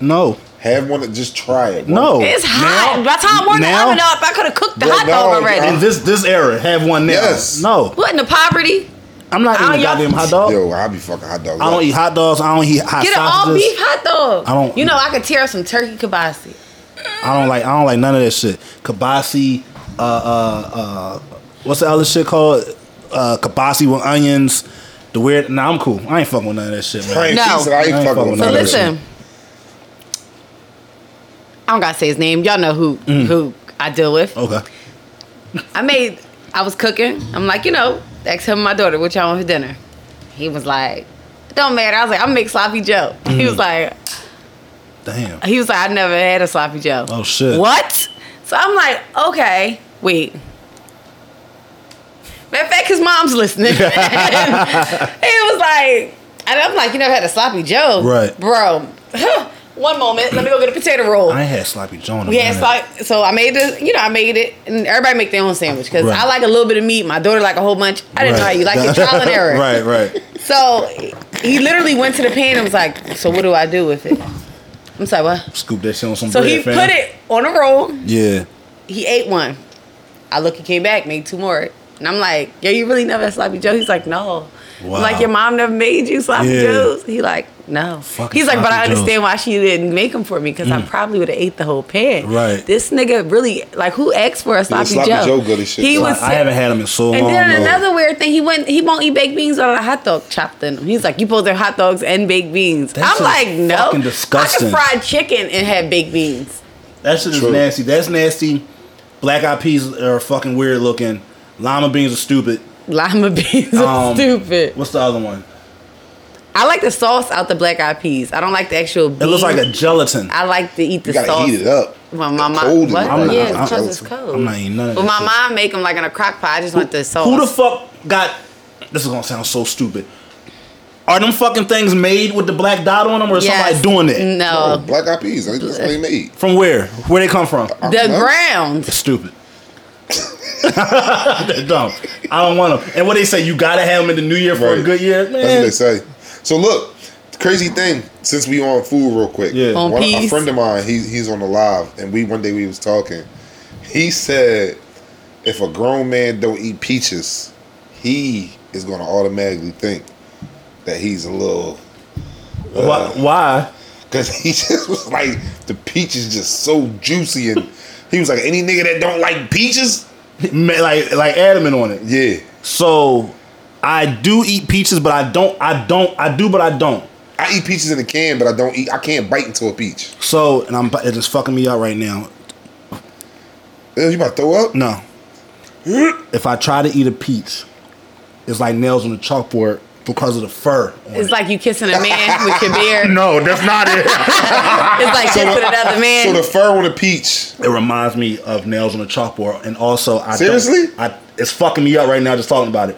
A: No,
C: Have one and just try it. bro.
A: no.
D: it's hot. By the time I warmed the
A: now-
D: oven up, I could have cooked the
C: Bro,
D: hot
C: no,
D: dog already.
A: in this this era, have one now.
C: Yes.
A: No,
D: what in the poverty?
A: I'm not
D: I
A: eating a
D: don't-
A: goddamn hot dog.
C: Yo, I be fucking hot dogs.
A: I
C: up.
A: don't eat hot dogs. I don't eat hot
D: Get an all
A: sausages.
D: beef hot dog.
A: I don't-
D: You know, I could tear up some turkey kibasi.
A: I don't like. I don't like none of that shit. Kabasi, uh, uh, uh, what's the other shit called? Uh, kabasi with onions. The weird. Nah, I'm cool. I ain't fucking with none of that shit, man.
C: Frank,
D: No.
C: he said I ain't fucking with
A: So
D: So
C: none of that shit.
D: listen, I don't gotta say his name. Y'all know who
A: Mm.
D: who I deal with.
A: Okay.
D: I made. I was cooking. I'm like, you know, ask him and my daughter what y'all want for dinner. He was like, it don't matter. I was like, I make sloppy Joe.
A: Mm.
D: He was like,
A: Damn.
D: he was like, I never had a sloppy Joe.
A: Oh, shit.
D: What? So I'm like, okay, wait. Matter of fact, his
A: *laughs*
D: mom's listening. he was like, and I'm like, you never had a sloppy Joe,
A: Right.
D: bro? *laughs* One moment, let me go get a potato roll.
A: I ain't had sloppy Joe. in a
D: We had
A: minute.
D: slight, so I made this. You know, I made it, and everybody make their own sandwich because
A: Right.
D: I like a little bit of meat. My daughter like a whole bunch. I didn't know how you like
A: *laughs*
D: it, trial and error.
A: right, right.
D: So he literally went to the pan and was like, "So what do I do with it?" I'm sorry, what?
A: Scoop that shit on some
D: So
A: bread,
D: he
A: fam.
D: put it on a roll.
A: Yeah.
D: He ate one. I look, he came back, made two more. And I'm like, yo, you really never had sloppy joe? He's like, no. I'm
A: Wow.
D: Like your mom never made you sloppy
A: Yeah.
D: joes. He like, no.
A: Fucking
D: He's like, but I
A: sloppy joes. Mm.
D: understand why she didn't make them for me because I probably would have ate the whole pan.
A: Right.
D: This nigga really like who asked for a sloppy,
C: sloppy joe good as shit,
D: He
C: though.
D: was.
A: I haven't had them in so
D: and
A: long.
D: then
A: though.
D: another weird thing, he went. He won't eat baked beans without a hot dog chopped in them. He's like, you both have hot dogs and baked beans.
A: That shit
D: I'm
A: is
D: like, no.
A: fucking
D: I
A: disgusting.
D: could fried chicken and have baked beans.
A: That shit is
C: True.
A: nasty. That's nasty. Black eyed peas are fucking weird looking. Lima beans are stupid.
D: Lima *laughs* beans are
A: Um,
D: stupid.
A: What's the other one?
D: I like the sauce out the black eyed peas. I don't like the actual. Bean.
A: It looks like a gelatin.
D: I like to eat the
C: You gotta
D: sauce.
C: heat it up.
D: Well, my
C: It's
D: mom.
C: cold
D: what?
C: in
A: I'm
C: the
A: not-
D: yeah,
A: I'm-
D: because
A: I'm-
D: it's cold.
A: I'm not eating none of
D: But
A: that
D: my
A: shit.
D: mom make them like in a crock pot. I just want the sauce.
A: Who the fuck got? This is gonna sound so stupid. Are them fucking things made with the black dot on them, or is
D: Yes.
A: somebody doing it?
C: Oh,
D: No,
C: black eyed peas. Like, that's what they made.
A: From where? Where they come from?
D: the
C: Huh?
D: ground.
A: It's stupid. *laughs* They're dumb. I don't want them. And what they say? You gotta have them in the new year for a
C: Right.
A: good year, man.
C: That's what they say. So look, crazy thing. Since we on food real quick,
A: Yeah.
D: On
C: one, a
D: peas.
C: friend of mine, he, he's on the live, and we one day we was talking. He said, if a grown man don't eat peaches, he is gonna automatically think that he's a little
A: Why? why?
C: because *laughs* he just was like the peach is just so juicy, and he was like any nigga that don't like peaches,
A: Ma- Like like adamant on it.
C: yeah,
A: So I do eat peaches, but I don't. I don't. I do, but I don't.
C: I eat peaches in a can, but I don't eat. I can't bite into a peach.
A: So and I'm it's just fucking me out right now.
C: Ew, You about to throw up?
A: No, if I try to eat a peach, it's like nails on the chalkboard because of the fur. on
D: It's
A: it.
D: like you kissing a man with
A: *laughs*
D: your beard.
A: no, that's not it.
D: It's like kissing another
C: So
D: man.
C: the fur on a peach.
A: it reminds me of nails on the chalkboard, and also I don't-
C: Seriously?
A: I it's fucking me up right now just talking about it.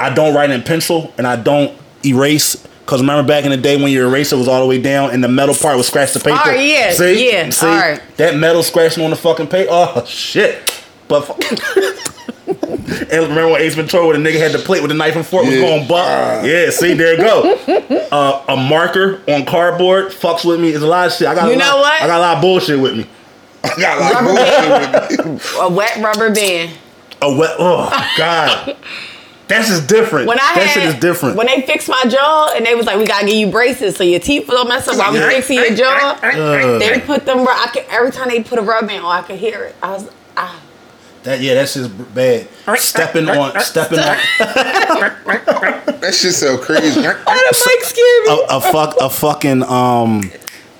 A: I don't write in pencil, and I don't erase. Cause remember back in the day when your eraser was all the way down and the metal part was scratched the paper.
D: Oh, yeah,
A: see,
D: yeah,
A: see
D: all right.
A: that metal scratching on the fucking paper. Oh shit! But fu- *laughs* and remember when Ace Ventura, where the nigga had the plate with the knife and fork was
C: Yeah. Ah.
A: going buck. Yeah, see there you go. uh, a marker on cardboard fucks with me. It's a lot of shit. I got
D: You
A: a lot,
D: know what?
A: I got a lot of bullshit with me.
C: I got like bullshit with me.
D: a wet rubber band.
A: A wet. Oh God, that's just different.
D: When I
A: that
D: had,
A: shit is different.
D: When they fixed my jaw and they was like, "We gotta give you braces so your teeth don't mess up." while we fixing your jaw. They put them. ru- I could, every time they put a rubber band on, I could hear it. I was. ah. I,
A: that yeah, that's just bad. Stepping on, stepping on
C: *laughs* That shit so
D: *laughs*
C: crazy.
D: oh, the mic scared me.
A: a, a fuck a fucking um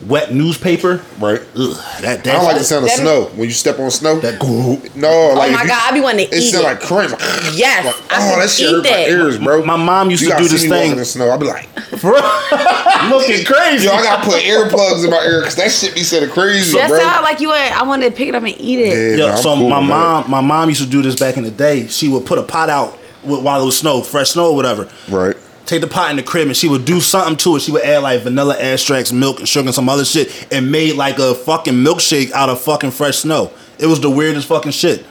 A: wet newspaper.
C: right.
A: Ugh, that
C: I
A: that
C: don't like the sound of
D: That-
C: snow when you step on snow.
A: that goo.
C: no, like
D: oh my
C: if you-
D: god, I be wanting to
C: it
D: eat
C: sound
D: it.
C: like crunch.
D: Yes,
C: like,
D: I
C: oh,
D: could
C: that shit
D: eat
C: hurt my
D: that.
C: ears, bro.
A: My mom used
C: You
A: to
C: gotta
A: do
C: see
A: this
C: me walking
A: thing.
C: in the snow. I'd be like,
A: *laughs* Looking crazy.
C: yo, I gotta put earplugs in my ear because that shit be sort of crazy,
D: That
C: bro.
D: sound like you. Would, I wanted to pick it up and eat it.
C: Yeah,
A: Yeah,
C: nah, I'm
A: so
C: cool
A: my
C: with that.
A: mom, my mom used to do this back in the day. She would put a pot out with, while it was snow, fresh snow or whatever.
C: Right.
A: Take the pot in the crib and she would do something to it. She would add like vanilla extracts, milk, and sugar, and some other shit, and made like a fucking milkshake out of fucking fresh snow. It was the weirdest fucking shit.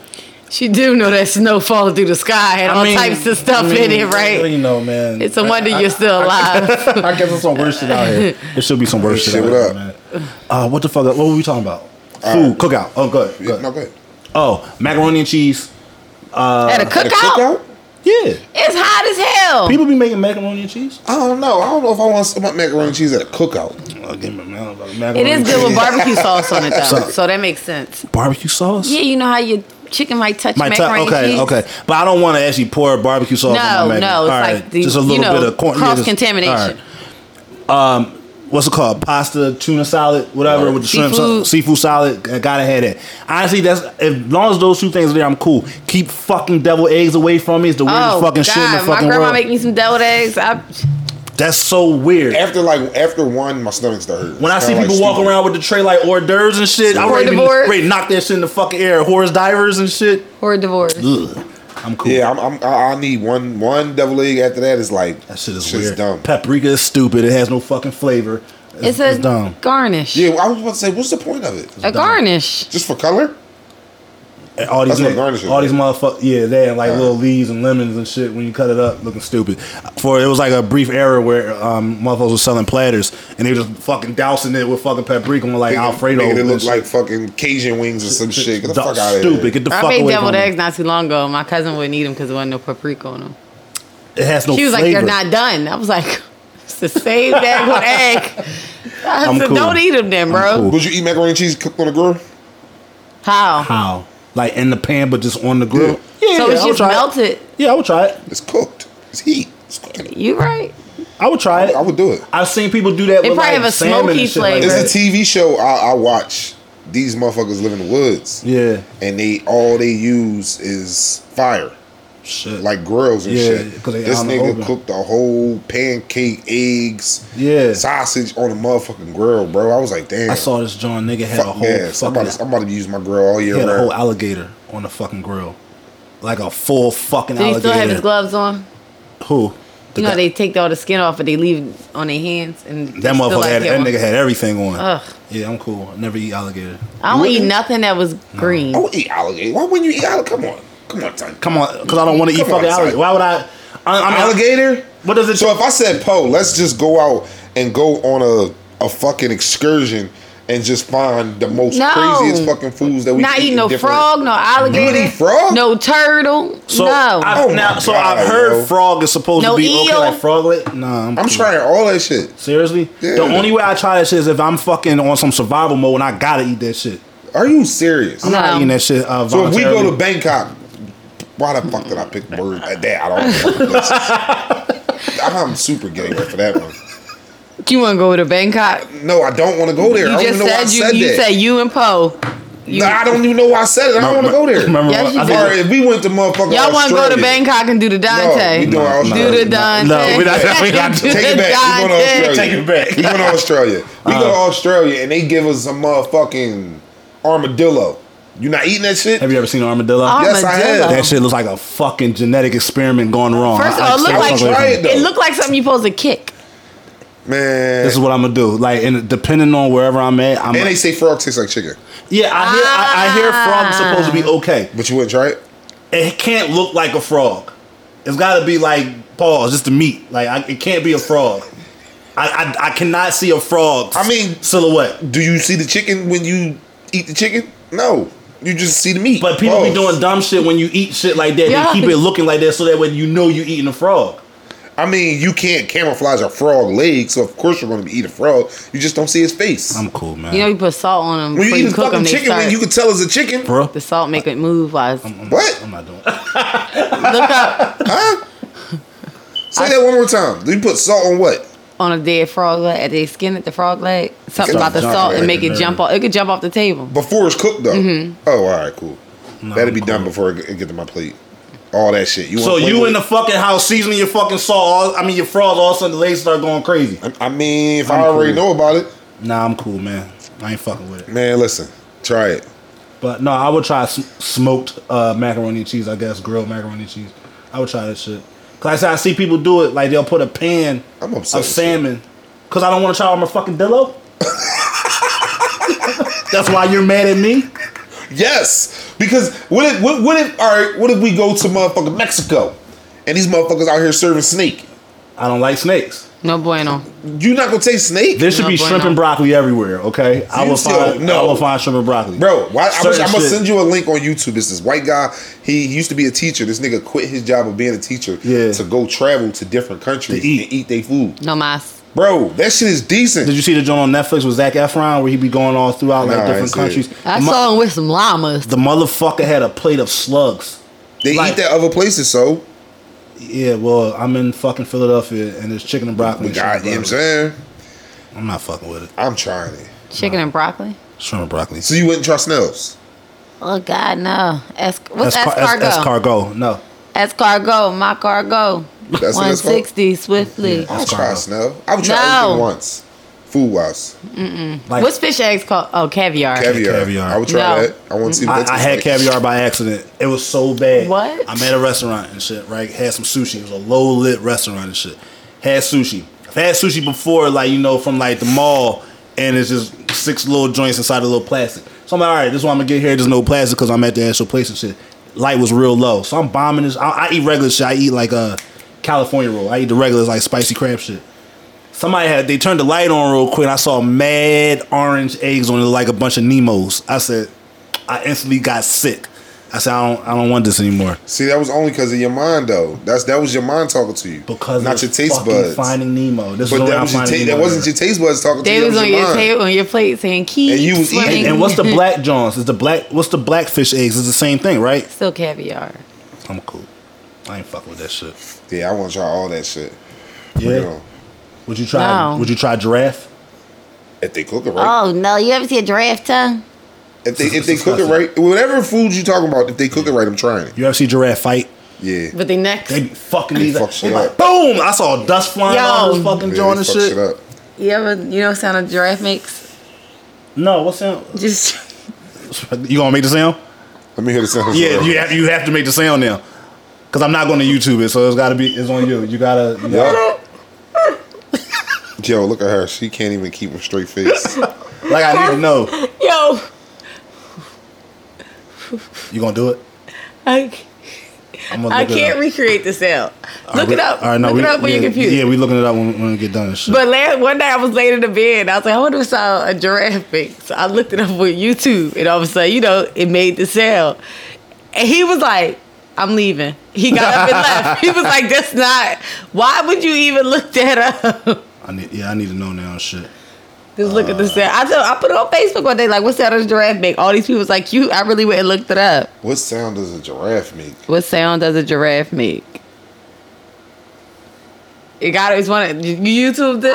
D: She do know that snow falling through the sky and all
A: mean-
D: types of stuff
A: I
D: in
A: mean,
D: it, right?
A: You know, man.
D: It's a wonder you're still *laughs* alive.
A: *laughs* I guess there's some worse shit out
D: *laughs*
A: here. There should be some worse shit,
C: Shit,
A: out
C: what Uh,
A: here, man. Uh, what the fuck? What were we talking about? Food, cookout. Oh, good.
C: Yeah,
A: good.
C: no, go ahead.
A: Oh, macaroni and cheese.
D: At a
C: At a
D: cookout,
C: cookout?
A: Yeah,
D: it's hot as hell.
A: people be making macaroni and cheese.
C: I don't know. I don't know if I want some macaroni and cheese at a cookout.
A: I'll Oh, give him a man about macaroni
D: It is
A: and
D: good
A: cheese.
D: with *laughs* barbecue sauce on it though,
A: So-
D: so, that makes sense.
A: barbecue sauce.
D: Yeah, you know how your chicken might touch
A: My
D: macaroni
A: okay,
D: cheese.
A: okay, but I don't want to actually pour barbecue sauce.
D: No,
A: on my mac-
D: no, it's
A: All
D: like the-
A: just a
D: you
A: little
D: know,
A: bit of corn yeah, just-
D: cross-contamination.
A: all Um, what's it called? Pasta, tuna salad, whatever with the shrimp, so-
D: Seafood.
A: seafood salad. I gotta have that. Honestly, that's as long as those two things are there, I'm cool. Keep fucking devil eggs away from me. It's the weirdest
D: Oh
A: fucking
D: God,
A: shit in the
D: my
A: fucking
D: grandma
A: world.
D: make me some deviled eggs. I,
A: that's so weird.
C: After like after one, my stomach started hurting.
A: When I
C: It's
A: see
C: kinda
A: people
C: like
A: walk
C: stupid.
A: around with the tray like hors d'oeuvres and shit, I'm
D: Hors
A: ready, to-
D: d'oeuvres?
A: ready to knock that shit in the fucking air. Horse divers and shit.
D: or divorce.
A: Ugh, I'm cool.
C: yeah, I'm, I'm, I I need one one devil egg. After that is like
A: That shit is
C: shit's
A: weird.
C: dumb.
A: Paprika is stupid. It has no fucking flavor.
D: It's a
A: dumb.
D: garnish.
C: Yeah, I was about to say, what's the point of it?
D: a garnish.
C: Just for color?
A: And all these
C: That's what
A: niggas-
C: garnish is,
A: all these
C: right?
A: motherfuckers, yeah, they had like
C: Alright.
A: little leaves and lemons and shit when you cut it up, looking stupid. For it was like a brief era where um, motherfuckers were selling platters and they were just fucking dousing it with fucking paprika and like Alfredo.
C: Making it
A: and
C: look
A: shit.
C: like fucking Cajun wings
A: *laughs*
C: or some shit. Get the fuck out of here.
A: stupid. Get the fuck
D: I made
A: away
D: deviled
A: from
D: eggs
A: me.
D: not too long ago. My cousin wouldn't eat them because there wasn't no paprika on them.
A: It has no
D: She was like,
A: flavor.
D: "They're not done." I was like, *laughs* "It's the same deviled egg." I
A: I'm
D: said,
A: cool.
D: "Don't eat them, then, bro."
A: cool.
C: Would you eat macaroni and cheese cooked on a grill?
D: How?
A: How? Like in the pan, but just on the grill. Yeah,
D: so it's
A: I would
D: just
A: try it.
D: melted.
A: Yeah, I would try it.
C: It's cooked. It's heat. It's cooking.
D: You right?
A: I would try it.
C: I would do it.
A: I've seen people do that.
D: It
A: with like
D: probably have a
A: salmon
D: smoky
A: and shit like
D: flavor.
A: that.
C: It's a TV show I, I watch. These motherfuckers live in the woods.
A: Yeah.
C: And they all they use is fire,
A: Shit.
C: like grills and
A: Yeah,
C: shit.
A: 'cause they
C: This
A: out in the
C: nigga
A: open.
C: cooked a whole pancake, eggs,
A: Yeah.
C: sausage on a motherfucking grill, bro. I was like, damn.
A: I saw this John nigga had a
C: fuck
A: whole
C: yes. I'm
A: fucking,
C: about, to, I'm about to use my grill all year
A: he had a
C: round.
A: whole alligator on the fucking grill, like a full fucking
D: Did he
A: alligator.
D: still have his gloves on?
A: Who? Oh, The
D: You know
A: guy-
D: they take all the skin off, but they leave it on their hands. And they
A: that
D: still
A: motherfucker
D: like
A: had
D: it
A: that
D: on-
A: nigga had everything on.
D: Ugh.
A: Yeah, I'm cool. I never eat alligator.
D: I don't eat
C: Really?
D: nothing that was green.
C: I would eat alligator. Why wouldn't you eat alligator? Come on. Come on, son.
A: Come on, because I don't want to eat
C: Come on,
A: fucking
C: son.
A: alligator. Why would I? I I'm
C: Alligator?
A: What does it?
C: So if I said, "Po, let's just go out and go on a, a fucking excursion and just find the most
D: No.
C: craziest fucking foods that we
D: Not
C: can
D: eat
C: in
D: no
C: different-
D: frog, no alligator,
C: eat frog?
D: no turtle,
A: so
D: no.
A: I've,
C: Oh
A: now,
C: my
A: so
C: God,
A: I've heard
C: bro.
A: frog is supposed to
D: No
A: be okay,
D: eel?
A: like froglet. Nah, I'm,
C: I'm
A: cool.
C: trying all that shit.
A: Seriously, the
C: Yeah.
A: only way I try that shit is if I'm fucking on some survival mode and I gotta eat that shit.
C: Are you serious?
A: I'm not
D: No.
A: eating that shit. Uh,
C: So if we go to
A: voluntarily.
C: Bangkok, why the fuck did I pick bird? Uh, That I don't.
A: *laughs*
C: know. I'm super gay for that one.
D: you want to go to Bangkok?
C: No, I don't want to go there.
D: You
C: I don't
D: just
C: even know why I
D: said you.
C: said
D: you
C: that.
D: said you and Poe. You-
C: Nah, I don't even know why I said it. I don't want to go there.
A: Remember
D: Yes,
A: what-
D: you
A: I
C: All
A: think-
D: did.
C: right, if we went to motherfucking
D: Y'all want to go to
C: Australia-
D: Bangkok and do the Dante?
C: we doing Australia.
D: do the
A: No,
D: Dante.
A: no, we not-
D: *laughs*
A: we not
D: Do
A: doing-
D: the
C: Take it back. We going to
D: Dante.
C: Australia.
A: Take it back. Uh-huh.
C: We going to Australia. We go to Australia and they give us a motherfucking armadillo. You not eating that shit?
A: Have you ever seen an armadillo?
D: Armadillo.
C: Yes, I have.
A: That shit looks like a fucking genetic experiment gone wrong.
D: First of
A: I-
D: all, it
A: I-
D: looked
A: I
D: like
A: fuck away from
C: Try it, though.
D: it looked like something you supposed to kick.
C: Man.
A: This is what I'm gonna do. Like, and depending on wherever I'm at, I'm
C: and they say frog tastes like chicken,
A: yeah. I hear, I, I hear frog is supposed to
D: Ah.
A: be okay.
C: but you wouldn't try it.
A: It can't look like a frog. It's got to be like pause, just the meat. Like, I, it can't be a frog. I, I I cannot see a frog.
C: I mean-
A: silhouette.
C: Do you see the chicken when you eat the chicken? No, you just see the meat. Oh,
A: But people be
C: Pause.
A: doing dumb shit when you eat shit like that.
D: Yeah.
A: They keep it looking like that so that way you know you eating a frog.
C: I mean, you can't camouflage a frog leg, so of course you're going to eat a frog. You just don't see his face.
A: I'm cool, man.
D: You know, you put salt on them
C: when you
D: before
C: eat
D: you,
C: a
D: cook them.
C: fucking
D: They
C: chicken,
D: start.
C: when you can tell it's a chicken.
A: bro.
D: the salt make it move.
C: *laughs*
D: Like, look
C: What?
A: I'm not doing. it.
D: up
A: *laughs*
C: Say that one more time. You put salt on what?
D: on a dead frog leg. At they skin it, the frog leg. Something
C: Jump,
D: about the
C: jump,
D: salt
C: right,
D: and make it
A: nerve.
D: jump off. It could jump off the table.
C: Before it's cooked though. Oh, all right, cool.
A: Mm-hmm. No,
C: That'll be
A: I'm
C: done
A: cool.
C: before it get- it get to my plate. All that shit. You
A: So
C: want-
A: you
C: wait,
A: in the fucking house seasoning your fucking salt. All, I mean your frogs. All of a sudden the legs start going crazy.
C: wait. I mean, if i
A: I'm
C: already
A: cool.
C: know about it,
A: Nah, I'm cool, man. I ain't fucking with it.
C: man, listen, try it.
A: But no, I would try sm- smoked uh, macaroni and cheese. I guess grilled macaroni and cheese. I would try that shit. Cause I, said, I see people do it. Like they'll put a pan
C: I'm
A: of
C: upset with
A: salmon. Cause I don't want to try on my fucking *laughs* dillo. That's why you're mad at me.
C: Yes, because what if what, what if all right? What if we go to motherfucking Mexico, and these motherfuckers out here serving snake?
A: I don't like snakes.
D: No bueno.
C: You not gonna taste snake,
A: There should
D: No
A: be
D: bueno.
A: shrimp and broccoli everywhere. Okay, I
C: You
A: will
C: still-
A: find.
C: no.
A: I will find shrimp and broccoli,
C: bro? Why, I'm,
A: Certain
C: I'm gonna
A: shit.
C: send you a link on YouTube. This is white guy. He used to be a teacher. This nigga quit his job of being a teacher
A: Yeah.
C: to go travel to different countries
A: To eat.
C: and eat their food.
D: No mas.
C: Bro, that shit is decent.
A: Did you see the joint on Netflix with Zach Efron where he be going all throughout like
C: Nah, I
A: different
C: ain't see
A: countries?
C: it.
D: I
A: The mo-
D: saw him with some llamas.
A: the motherfucker had a plate of slugs.
C: They
A: Like-
C: eat that other places, so
A: Yeah, well, I'm in fucking Philadelphia and there's chicken and broccoli.
C: we
A: and shrimp
C: got.
A: and
C: You know what I'm
A: broccoli.
C: saying?
A: I'm not fucking with it.
C: I'm trying it.
D: Chicken and broccoli.
A: Shrimp and broccoli.
C: So you wouldn't try snails?
D: Oh God, no. Es- what's
A: That's
D: escargot?
A: cargo. No,
D: Escargot, my cargo.
C: That's what it's called?
D: 160 swiftly.
C: I would
A: That's
C: try a
A: fine.
C: snail. I would try
D: No.
C: everything once. Food wise,
A: like
D: What's fish eggs called? Oh, caviar.
C: caviar.
A: Caviar.
C: I would try
D: No.
C: that. I want to see.
A: I,
C: What that
A: I had
C: tastes like.
A: caviar by accident. It was so bad.
D: What?
A: I'm at a restaurant and shit. Right, had some sushi. It was a low lit restaurant and shit. Had sushi. I've had sushi before, like you know, from like the mall, and it's just six little joints inside a little plastic. So I'm like, all right, this is why I'm gonna get here. There's no plastic because I'm at the actual place and shit. Light was real low, so I'm bombing this. I, I eat regular shit. I eat like a California roll. I eat the regular like spicy crab shit. Somebody had they turned the light on real quick. And I saw mad orange eggs on it like a bunch of Nemos. I said, I instantly got sick. I said, I don't, I don't want this anymore.
C: See, that was only because of your mind, though. That's that was your mind talking to you,
A: Because
C: not
A: of
C: your taste
A: fucking
C: buds.
A: Finding Nemo. This
C: but
A: was
C: that
A: around
C: was your
A: Finding
C: ta-
A: Nemo
C: that wasn't
A: era.
C: your taste buds talking to
D: They
C: you. that
D: was on
C: your
D: your
C: mind.
D: table, on your plate saying keep
C: And you was eating.
D: swimming."
A: And, and what's
C: *laughs*
A: the black Johns? It's the black. What's the blackfish eggs? It's the same thing, right?
D: Still caviar.
A: I'm cool. I ain't fucking with that shit.
C: Yeah, I want to try all that shit.
A: Yeah.
C: Real.
A: Would you try?
D: No.
A: Would you try giraffe?
C: If they cook it right,
E: Oh no, you ever see a giraffe tongue?
C: if they if
A: It's
C: they cook it
A: disgusting.
C: right, whatever food you talking about, if they cook it right, I'm trying it.
A: You ever see giraffe fight?
C: Yeah,
D: But they next.
A: They be fucking these.
C: fuck
A: Like,
C: shit
A: like,
C: up.
A: boom! I saw dust flying
D: Yo.
A: out of this
C: Yeah,
A: fucking
C: they
A: joint and
C: fuck
A: shit.
C: up.
D: you ever you know sound of *laughs* giraffe mix?
A: No, what's that?
D: Just
A: You gonna make the sound?
C: Let me hear the sound.
A: Yeah, you have, you have to make the sound now. Cause I'm not going to YouTube it, so it's gotta be it's on you. You gotta. You gotta
C: Yup. *laughs* Yo, look at her. She can't even keep a
A: *laughs*
C: straight face.
A: like I need to know.
D: yo,
A: You gonna do it?
D: I,
A: I'm gonna
D: I
A: look it
D: can't
A: up.
D: recreate the sound. Look
A: All right,
D: it up.
A: all right, no,
D: Look
A: we,
D: it up on
A: yeah,
D: your computer.
A: Yeah, we looking it up when, when we get done. And shit.
D: But last, one day I was laying in the bed. and I was like, I wonder if I saw a giraffe mix. So I looked it up on YouTube, and all of a sudden, you know, it made the sound. And he was like, I'm leaving. He got up
A: *laughs*
D: and left. He was like, That's not. Why would you even look that up? *laughs*
A: I need, yeah, I need to know now. and Shit.
D: Just look
A: Uh.
D: at the sound. I told, I put it on Facebook one day. Like, what sound does a giraffe make? All these people was like, you. I really went and looked it up.
C: what sound does a giraffe make?
D: What sound does a giraffe make? You got it. It's one. of- You YouTube it.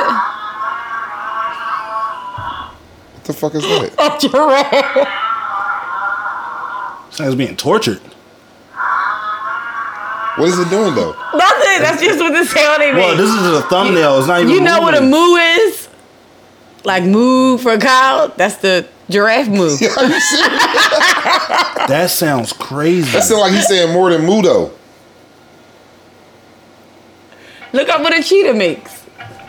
C: What the fuck is that?
D: A *laughs* giraffe.
A: Sounds being tortured.
C: What is it doing though?
D: Nothing. That's just what the sound they make.
A: Well, this is a thumbnail. It's not even.
D: You know what a
A: moving.
D: moo is? Like moo for a cow? That's the giraffe moo.
C: Are you serious?
A: That sounds crazy.
C: That sound like he's saying more than moo though.
D: Look up what a cheetah makes.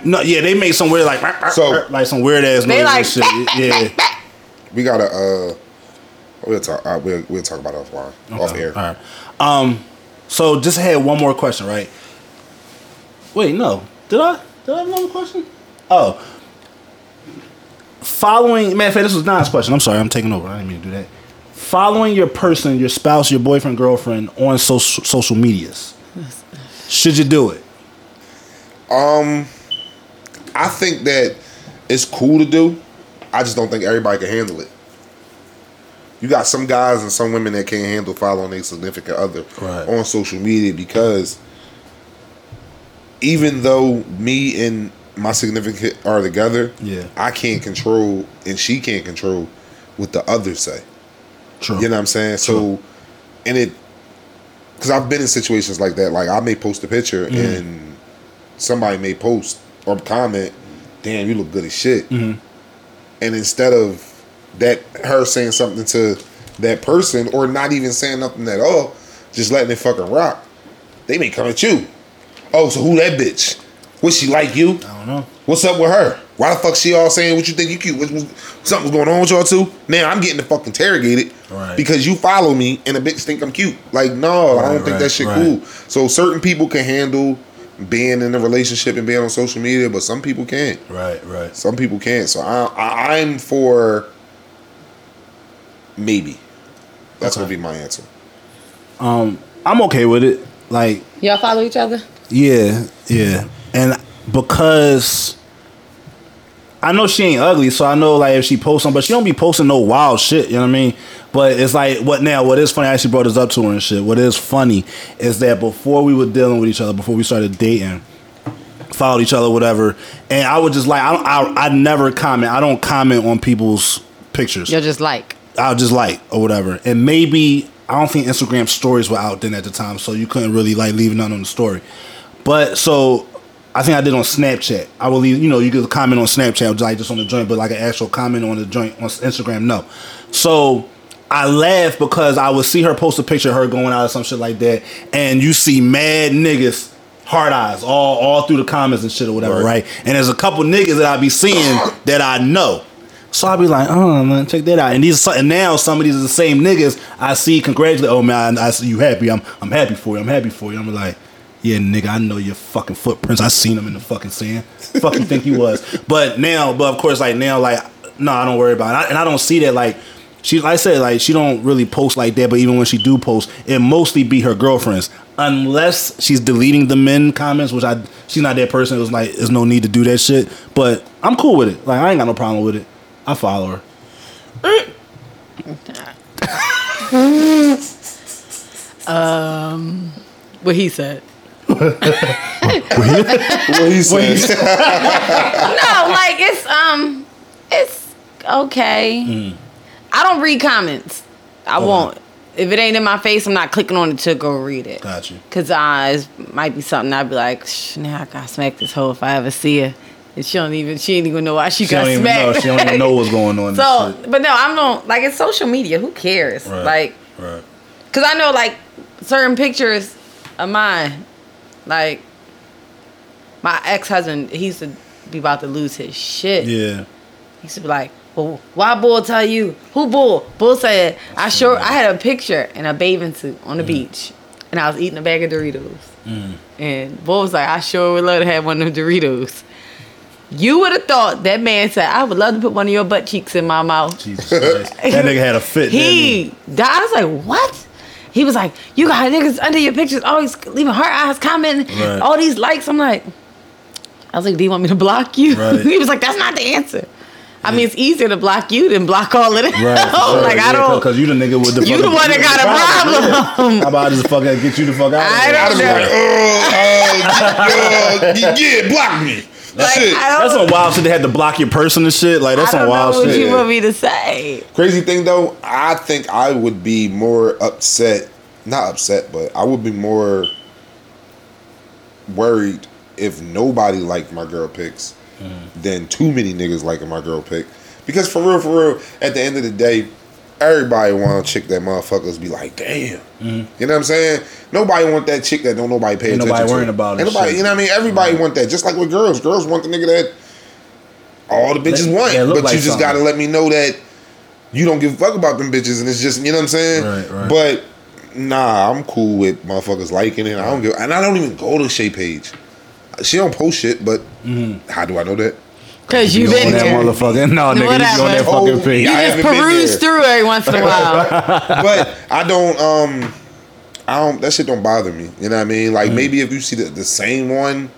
A: no, yeah, they make some weird like
C: So-
A: like some weird ass
D: They
A: noise
D: like,
A: and shit. yeah.
C: We gotta uh, we'll talk. Uh, we'll, we'll talk about it offline, off air.
A: All right. Um. So just had one more question, right? Wait, no. Did I? Did I have another question? Oh. Following, matter of fact, this was Nas' question. I'm sorry, I'm taking over. I didn't mean to do that. Following your person, your spouse, your boyfriend, girlfriend on social social medias. Should you do it?
C: Um, I think that it's cool to do. I just don't think everybody can handle it. You got some guys and some women that can't handle following their significant other
A: Right.
C: on social media because even though me and my significant are together,
A: Yeah.
C: I can't control and she can't control what the others say.
A: True.
C: You know what I'm saying? So, and it, because I've been in situations like that. Like I may post a picture and somebody may post or comment, "Damn, you look good as shit." And instead of that, her saying something to that person or not even saying nothing at all, just letting it fucking rock, they may come at you. Oh, so who that bitch? Was she like you?
A: I don't know.
C: What's up with her? Why the fuck she all saying what you think you cute? What, what, something's going on with y'all too? Now I'm getting the fuck interrogated
A: Right.
C: because you follow me and the bitch think I'm cute. Like no,
A: Right,
C: I don't think
A: right,
C: that shit
A: right.
C: cool. So certain people can handle being in a relationship and being on social media, but some people can't.
A: Right. Right.
C: Some people can't. So I, I I'm for maybe. That's gonna be my answer.
A: I'm okay with it. Like
D: Y'all follow each other?
A: Yeah, yeah. And because I know she ain't ugly, so I know like if she posts something, but she don't be posting no wild shit, you know what I mean? But it's like what now, what is funny, I actually brought this up to her and shit. What is funny is that before we were dealing with each other, before we started dating, followed each other, whatever, and I would just like I don't I, I never comment. I don't comment on people's pictures.
D: You're just like.
A: I'll just like or whatever. And maybe I don't think Instagram stories were out then at the time, so you couldn't really like leave nothing on the story. But so I think I did on Snapchat. I will leave, you know, you could comment on Snapchat, like just on the joint, but like an actual comment on the joint on Instagram, no. So I laugh because I would see her post a picture of her going out or some shit like that, and you see mad niggas hard eyes all all through the comments and shit or whatever, right? And there's a couple niggas that I be seeing that I know. So I'll be like, oh man, check that out. And these and now some of these are the same niggas I see congratulate. Oh man, I see you happy. I'm I'm happy for you. I'm happy for you. I'm like, yeah, nigga, I know your fucking footprints. I seen them in the fucking sand. fucking think you was. But now, but of course, like now, like no, I don't worry about it. And I, and I don't see that like. She, like I said, like she don't really post like that. But even when she do post, it mostly be her girlfriends, unless she's deleting the men comments, which I she's not that person. It was like there's no need to do that shit. But I'm cool with it. Like I ain't got no problem with it. I follow her.
D: What he said.
C: What he said.
E: No, like it's um, it's okay.
A: Hmm.
D: I don't read comments. I won't. If it ain't in my face, I'm not clicking on it to go read it.
A: Got you.
D: Cause uh, it might be something I'd be like, Shh, now I gotta smack this hoe if I ever see her. And she don't even she ain't even know why she,
A: She
D: got
A: don't even know.
D: smacked.
A: She
D: *laughs*
A: don't even know what's going on. and
D: so,
A: shit.
D: but no, I'm not like it's social media. Who cares?
A: Right,
D: Like,
A: right.
D: cause I know like certain pictures of mine, like my ex husband, he used to be about to lose his shit.
A: Yeah.
D: He used to be like, "Well, why bull tell you who bull?" Bull said, "I sure I had a picture in a bathing suit on the beach, and I was eating a bag of Doritos." And bull was like, "I sure would love to have one of them Doritos." You would have thought that man said, "I would love to put one of your butt cheeks in my mouth."
A: Jesus
D: *laughs*
A: Christ. That nigga had a fit.
D: He died. I was like, "What?" He was like, "You got niggas under your pictures, always leaving heart eyes, commenting,
A: Right.
D: all these likes." I'm like, I was like, "Do you want me to block you?"
A: Right.
D: *laughs* he was like, "That's not the answer." I mean, it's easier to block you than block all of them. *laughs*
A: Right.
D: Oh, like I don't.
A: Because you the nigga with the
D: You the
A: fucking-
D: one that got a problem.
A: How about I just fucking get you the fuck out?
D: I
A: of here?
D: don't know.
C: *laughs* Like, *laughs* oh, oh, yeah, yeah, block me. That's
D: Like,
C: it.
D: I
A: That's some wild shit. They had to block your person and shit. Like that's
D: I
A: some
D: don't know
A: wild
D: what
A: shit.
D: you want me to say.
C: Crazy thing though, I think I would be more upset, not upset, but I would be more worried if nobody liked my girl pics
A: Mm.
C: than too many niggas liking my girl pic. Because for real, for real, at the end of the day, everybody want a chick that motherfuckers be like, damn. You know what I'm saying? Nobody want that chick that don't nobody pay
A: Mm-hmm. Ain't
C: attention
A: nobody
C: to.
A: worrying about it,
C: Ain't nobody,
A: shit.
C: you know what I mean? Everybody want that. Just like with girls, girls want the nigga that all the bitches
A: That-
C: want,
A: that look
C: but
A: like
C: you just
A: something.
C: gotta let me know that you don't give a fuck about them bitches, and it's just you know what I'm saying.
A: Right, right.
C: But nah, I'm cool with motherfuckers liking it. I don't give, and I don't even go to Shay page. She don't post shit, but
A: Mm-hmm.
C: how do I know that?
D: Cause you
A: You on
D: been
A: that
D: there.
A: motherfucker? No, nigga, you on that
B: Whatever.
A: fucking page.
C: yeah, I
D: Just
C: haven't been
D: peruse
C: there.
D: through every
A: *laughs*
D: once in a while.
C: but I don't. Um, I don't. That shit don't bother me. You know what I mean? Like
A: Mm.
C: maybe if you see the, the same one,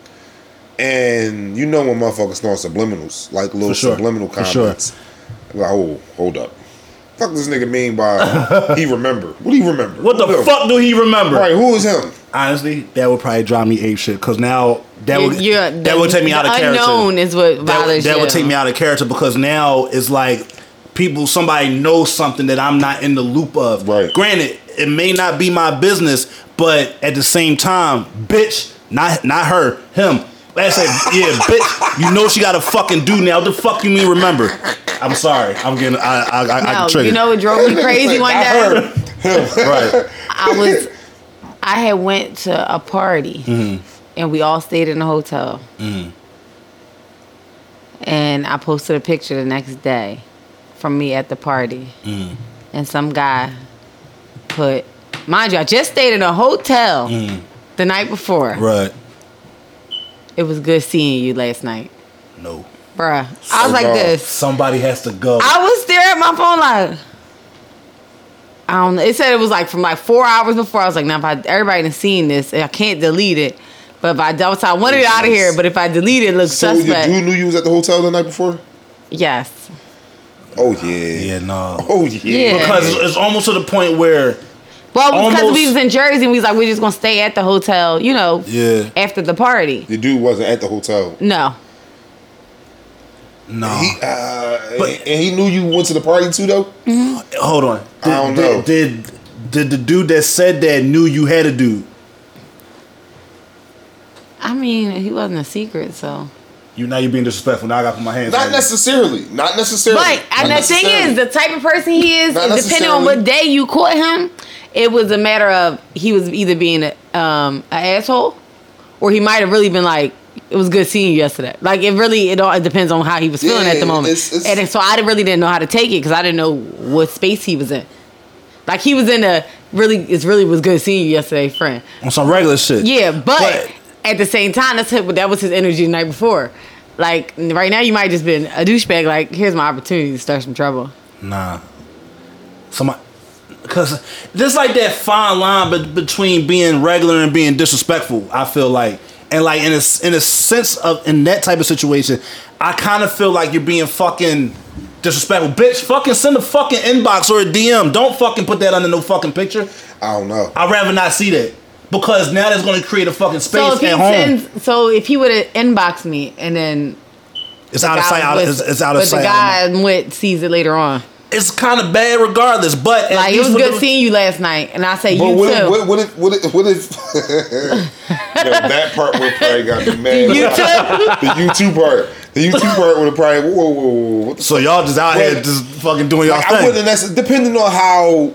C: and you know when motherfuckers throwing subliminals, like little
A: For sure.
C: subliminal
A: For sure.
C: comments. Like, oh, hold up. Fuck this nigga mean by
A: *laughs*
C: he remember? What do you remember?
A: What the
C: Who him?
A: fuck do he remember?
C: Right? Who is him?
A: Honestly, that would probably drive me ape shit. Cause now that would
D: You're-
A: that
D: the-
A: would take me
D: the
A: out of character.
D: Unknown is what
A: that, would-
D: bothers
A: that
D: you.
A: would take me out of character because now it's like people somebody knows something that I'm not in the loop of.
C: Right.
A: Granted, it may not be my business, but at the same time, bitch, not not her, him. I said, yeah, *laughs* bitch. You know she got a fucking do now. What the fuck you mean? Remember? I'm sorry. I'm getting. I I I, I
D: No,
A: get triggered.
D: you know what
A: *laughs*
D: drove me crazy one
C: I
D: day?
C: heard.
A: right.
D: I was
E: I had went to a party and we all stayed in a hotel.
D: and I posted a picture the next day from me at the party, and some guy put, mind you, I just stayed in a hotel the night before.
A: Right.
D: It was good seeing you last night,
A: No.
D: bruh. I was like
C: raw.
D: this.
A: Somebody has to go.
D: I was staring at my phone like. I don't know. It said it was like from like four hours before. I was like, now if I, everybody done seen this, I can't delete it. But if I don't, I wanted it out of here. But if I delete it, it looks
C: So your
D: suspect.
C: dude knew you was at the hotel the night before.
D: yes.
C: Oh yeah.
A: yeah. No.
C: Oh yeah.
D: Yeah.
A: Because it's, it's almost to the point where
D: Well, because
A: Almost-
D: we was in Jersey, and we was like, we're just gonna stay at the hotel, you know,
A: Yeah.
D: after the party.
C: Your dude wasn't at the hotel.
D: No,
A: no.
C: He, uh,
A: But-
C: and he knew you went to the party too, though.
A: Hold on. Did,
C: I don't know.
A: Did, did did the dude that said that knew you had a dude?
D: I mean, he wasn't a secret, so.
A: You now you're being disrespectful. Now I got to put my hands.
C: Not
A: on
C: necessarily. Not necessarily.
D: But and
C: Not
D: the thing
C: necessarily.
D: is, the type of person he is,
C: Not
D: and depending on
C: necessarily.
D: what day you caught him, it was a matter of he was either being a, um, an asshole, or he might have really been like, it was good seeing you yesterday. Like it really, it all it depends on how he was feeling at
C: Yeah,
D: the moment.
C: it's- it's-
D: and so I really didn't know how to take it because I didn't know what space he was in. Like he was in a really, it really was good seeing you yesterday, friend.
A: on some regular shit.
D: Yeah, but, at the same time, that's his, that was his energy the night before. Like right now, you might just been a douchebag. Like here's my opportunity to start some trouble.
A: Nah. Somebody. Because there's like that fine line be- between being regular and being disrespectful, I feel like. And like in a, s- in a sense of, in that type of situation, I kind of feel like you're being fucking disrespectful. Bitch, fucking send a fucking inbox or a DM. Don't fucking put that under no fucking picture.
C: I don't know.
A: I'd rather not see that. Because now that's going to create a fucking space
D: So if he
A: at home.
D: sends, so if he would have inboxed me and then
A: it's, out of sight, out,
D: with-
A: it's, it's out of
D: but
A: sight.
D: the guy I'm with sees it later on.
A: It's kind of bad regardless, but. at
D: Like it
A: least
D: was
A: with
D: good
A: the-
D: seeing you last night, and I say you
C: But what
D: too.
C: if, what,
D: *laughs*
C: what if, what if, what if *laughs* Yo, that part would have probably got
D: *laughs*
C: me mad. *laughs* the YouTube part. The YouTube part would have probably, whoa, whoa, whoa, whoa. What the
A: So y'all just out here
C: But-
A: just fucking doing y'all
C: Like, I
A: thing.
C: wouldn't necessarily, depending on how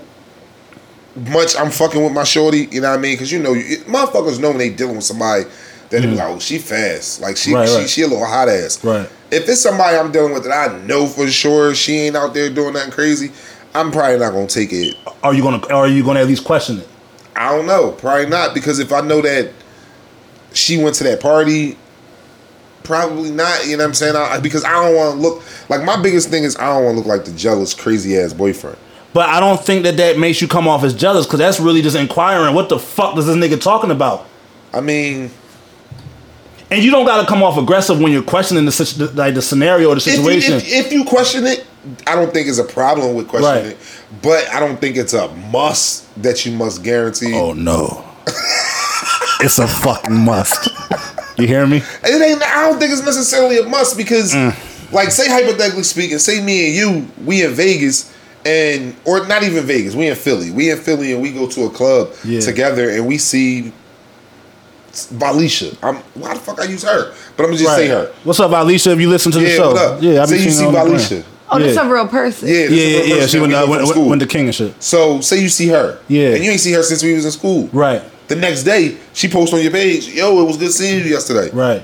C: much I'm fucking with my shorty, you know what I mean? Because you know, you, motherfuckers know when they dealing with somebody that they be like, oh, she fast. Like, she,
A: Mm. Right,
C: she,
A: right.
C: she a little hot ass.
A: Right.
C: If it's somebody I'm dealing with that I know for sure she ain't out there doing nothing crazy, I'm probably not going to take it.
A: Are you gonna? Are you gonna at least question it?
C: I don't know. Probably not. Because if I know that she went to that party, probably not. You know what I'm saying? I, because I don't want to look, like, my biggest thing is I don't want to look like the jealous, crazy ass boyfriend.
A: But I don't think that that makes you come off as jealous because that's really just inquiring. What the fuck is this nigga talking about?
C: I mean,
A: And you don't gotta come off aggressive when you're questioning the situ- like the scenario or the
C: if you,
A: situation.
C: if, if you question it, I don't think it's a problem with
A: Right.
C: questioning it, but I don't think it's a must that you must guarantee.
A: oh no, *laughs* it's a fucking must. You hear me?
C: It ain't. I don't think it's necessarily a must because,
A: Mm.
C: like, say hypothetically speaking, say me and you, we in Vegas, and or not even Vegas, we in Philly, we in Philly, and we go to a club
A: Yeah.
C: together, and we see Valisha. I'm why the fuck I use her, but I'm gonna just say her.
A: What's up, Alicia? If you listen to the
C: Yeah,
A: show,
C: what up?
A: yeah, I
C: say
A: be
C: you see
A: seeing her on the
C: Valisha.
A: gram.
D: oh, that's
A: yeah.
D: a real person.
C: Yeah,
A: Yeah, yeah, yeah. She went, uh,
C: to
A: went, went, went to King and shit.
C: So say you see her,
A: Yeah.
C: and you ain't see her since we was in school,
A: Right.
C: The next day, she posts on your page, "Yo, it was good seeing you yesterday."
A: Right.